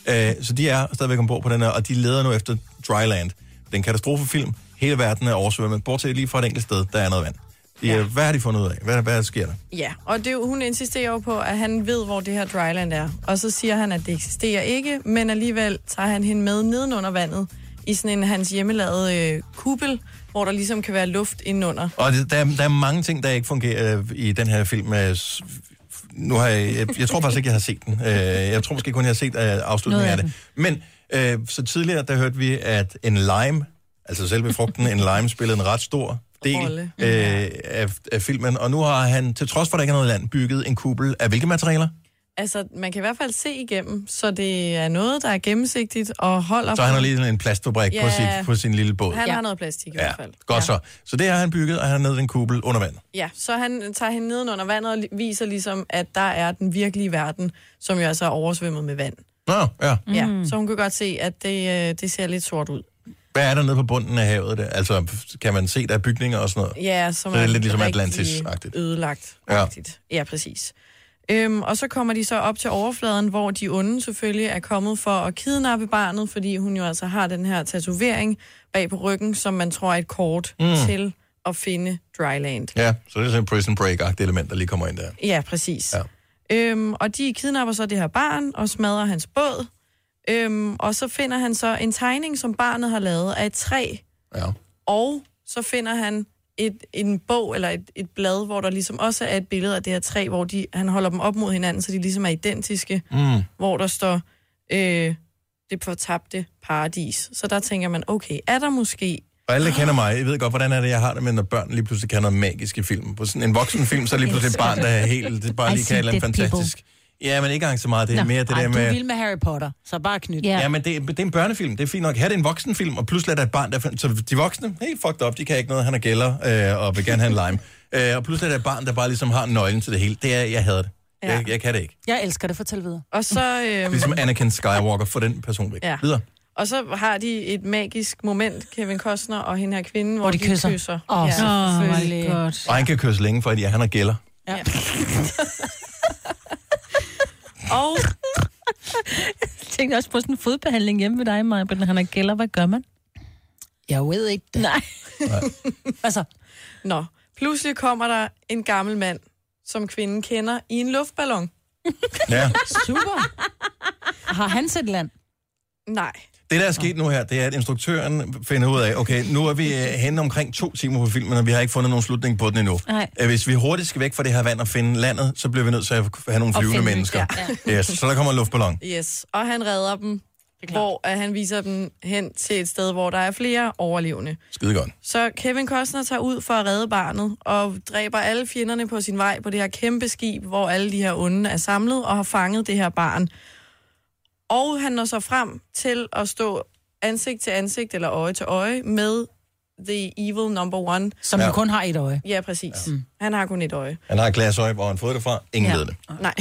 Øh, så de er stadigvæk ombord på den her, og de leder nu efter Dryland. Den katastrofefilm, hele verden er oversvømmet, bortset lige fra et enkelt sted, der er noget vand. De, ja. Hvad har de fundet ud af? Hvad, hvad sker der?
Ja, og det, er jo- hun insisterer jo på, at han ved, hvor det her dryland er. Og så siger han, at det eksisterer ikke, men alligevel tager han hende med nedenunder vandet i sådan en hans hjemmelavede øh, kuppel, hvor der ligesom kan være luft indenunder.
Og det, der, er- der er mange ting, der ikke fungerer øh, i den her film. øh, s- f- Nu har jeg, jeg, jeg tror faktisk ikke, jeg har set den. Øh, Jeg tror måske kun, jeg har set øh, afslutningen af
Noget af
det. Men øh, så tidligere, der hørte vi, at en lime, altså selve frugten, en lime spillede en ret stor del
Rolle.
øh, af, af filmen. Og nu har han, til trods for, at der ikke er noget land, bygget en kuppel af hvilke materialer?
Altså, man kan i hvert fald se igennem, så det er noget, der er gennemsigtigt og holder...
Så han har lige sådan en plastfabrik på,
Ja.
sit, på sin lille båd.
Han har noget plastik i
Ja,
hvert fald.
godt så. Så det har han bygget, og han har nede en kuppel under vand.
Ja, så han tager hende nedenunder vandet og li- viser ligesom, at der er den virkelige verden, som jo altså er oversvømmet med vand.
Nå, ja.
Mm. Ja, så hun kan godt se, at det, øh, det ser lidt sort ud.
Hvad er der nede på bunden af havet der? Altså, kan man se, der er bygninger og sådan noget?
Ja, som
så det er
er
lidt ligesom
rigtig
Atlantis-agtigt.
Ødelagt.
Ja.
Ja, præcis. Øhm, og så kommer de så op til overfladen, hvor de onde selvfølgelig er kommet for at kidnappe barnet, fordi hun jo altså har den her tatovering bag på ryggen, som man tror er et kort
Mm.
mm. til at finde dryland.
Ja, så det er sådan en prison break-agtigt element, der lige kommer ind der.
Ja, præcis. Ja. Øhm, og de kidnapper så det her barn og smadrer hans båd. Øhm, og så finder han så en tegning, som barnet har lavet af et træ.
Ja.
Og så finder han et, en bog eller et, et blad, hvor der ligesom også er et billede af det her træ, hvor de, han holder dem op mod hinanden, så de ligesom er identiske.
Mm.
Hvor der står øh, det fortabte paradis. Så der tænker man, okay, er der måske...
Og alle, der kender mig, jeg ved godt, hvordan er det, jeg har det med, når børn lige pludselig kan noget magisk i film. På sådan en voksenfilm, så er lige pludselig et barn, der er helt... Det er bare
I
lige kan
see
et eller andet
dead people.
fantastisk. Ja, men ikke engang så meget. Det er
Nå,
mere det
ej,
der
du er
med...
vild med Harry Potter, så bare knyt.
Ja, men det, det er en børnefilm. Det er fint nok. Her er det en voksenfilm, og pludselig er der et barn, der... find- Så de voksne, helt fucked up, de kan ikke noget, han er gælder, øh, og vil gerne have en lime. Øh, og pludselig er der et barn, der bare ligesom har nøglen til det hele. Det er, jeg hader det. Ja. Jeg, jeg kan det ikke.
Jeg elsker det, fortæl videre.
Og så... Øhm,
Ligesom Anakin Skywalker, få den person væk.
Ja.
Videre.
Og så har de et magisk moment, Kevin Costner og hende her kvinde, hvor,
de
de
kysser.
kysser.
Åh, så
selvfølgelig.
selvfølgelig. Godt.
Og han kan kysse længe, fordi han er gælder.
Ja. og...
Jeg tænkte også på sådan en fodbehandling hjemme ved dig, Maja, når han er gælder. Hvad gør man?
Jeg ved ikke det.
Nej.
altså...
Nå, pludselig kommer der en gammel mand, som kvinden kender, i en luftballon.
Ja.
Super. Har han set land?
Nej.
Det, der er sket nu her, det er, at instruktøren finder ud af, okay, nu er vi øh, henne omkring to timer på filmen, og vi har ikke fundet nogen slutning på den endnu.
Nej.
Øh, Hvis vi hurtigt skal væk fra det her vand og finde landet, så bliver vi nødt til at have nogle
Og
flyvende
finde-
mennesker.
ja.
Yes, så der kommer en luftballon.
Yes, og han redder dem, hvor at han viser dem hen til et sted, hvor der er flere overlevende.
Skide godt.
Så Kevin Costner tager ud for at redde barnet og dræber alle fjenderne på sin vej på det her kæmpe skib, hvor alle de her onde er samlet og har fanget det her barn. Og han når så frem til at stå ansigt til ansigt eller øje til øje med The Evil Number One.
Som jo Ja. kun
har et øje.
Ja, præcis. Ja. Han har kun et øje.
Han har et glas øje, hvor han fået det fra. Ingen ja. ved det.
Nej.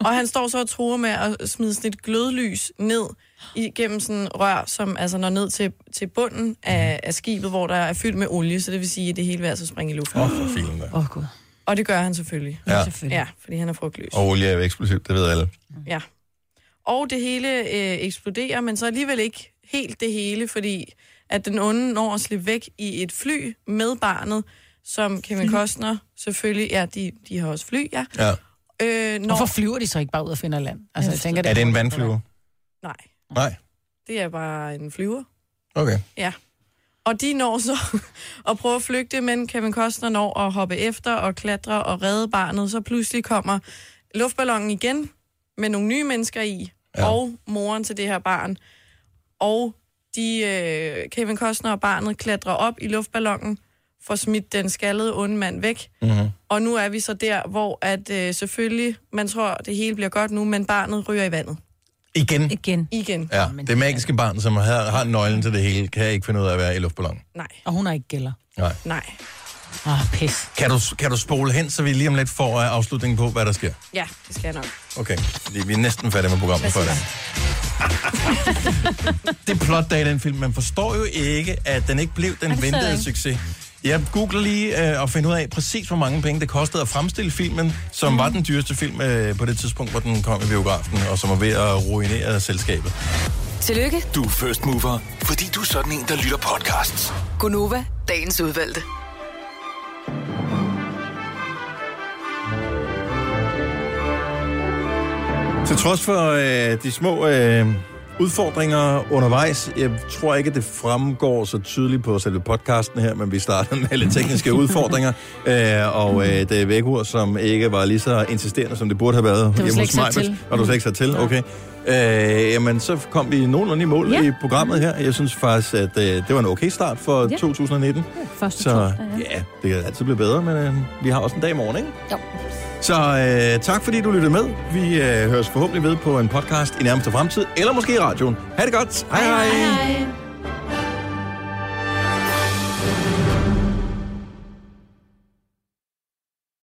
og han står så og truer med at smide sådan et glødlys ned igennem sådan en rør, som altså når ned til, til bunden af, af skibet, hvor der er fyldt med olie, så det vil sige, at det hele vil altså springe i luften.
Åh, for filen da.
Åh, oh, Gud.
Og det gør han selvfølgelig.
Ja. Ja,
selvfølgelig. ja fordi han er frugtløs.
Og olie er jo eksplosivt, det ved alle.
Ja. Og det hele øh, eksploderer, men så alligevel ikke helt det hele, fordi at den onde når at slippe væk i et fly med barnet, som Kevin Costner selvfølgelig, ja, de, de har også fly, ja.
Ja.
Øh, når...
Hvorfor flyver de så ikke bare ud og finder land? Altså, jeg tænker,
Er det en vandflyver?
Nej,
Nej.
det er bare en flyver.
Okay.
Ja. Og de når så at prøve at flygte, men Kevin Costner når at hoppe efter og klatre og redde barnet. Så pludselig kommer luftballonen igen med nogle nye mennesker i, ja. og moren til det her barn, og de, øh, Kevin Costner og barnet klatrer op i luftballonen, får smidt den skaldede onde mand væk.
Mm-hmm.
Og nu er vi så der, hvor at øh, selvfølgelig, man tror, det hele bliver godt nu, men barnet ryger i vandet.
Igen.
Igen. Igen.
Ja, det magiske barn, som har, har nøglen til det hele, kan ikke finde ud af at være i luftballon.
Nej.
Og hun er ikke gælder.
Nej.
Nej.
Åh, oh, pis.
Kan du, kan du spole hen, så vi lige om lidt får øh, afslutningen på, hvad der sker?
Ja, det skal jeg nok.
Okay, fordi vi er næsten færdige med programmet for i dag. det er plot dag i den film. Man forstår jo ikke, at den ikke blev
Er
den
det sådan?
ventede succes. Jeg googler lige øh, og finder ud af præcis, hvor mange penge det kostede at fremstille filmen, som
Mhm.
mm. var den dyreste film øh, på det tidspunkt, hvor den kom i biografen, og som var ved at ruinere selskabet.
Tillykke,
Du er first mover.
Fordi du er sådan en, der lytter podcasts.
Gunova, dagens udvalgte.
Til trods for øh, de små øh, udfordringer undervejs, jeg tror ikke, at det fremgår så tydeligt på selve podcasten her, men vi startede med lidt tekniske udfordringer, øh, og øh, det er vækord, som ikke var lige så insisterende, som det burde have været
slet ikke sat
Maj-Brit.
til.
Og du slet ikke sat til, okay. Øh, jamen, så kom vi nogenlunde i mål ja. i programmet her. Jeg synes faktisk, at øh, det var en okay start for
Ja.
ja. 2019.
Første
Så
torsdag, ja.
ja, det kan altid blive bedre, men øh, vi har også en dag i morgen, ikke?
Jo.
Så øh, tak fordi du lyttede med. Vi øh, høres forhåbentlig ved på en podcast i nærmeste fremtid, eller måske i radioen. Ha' det godt. Hej hej. hej.
hej.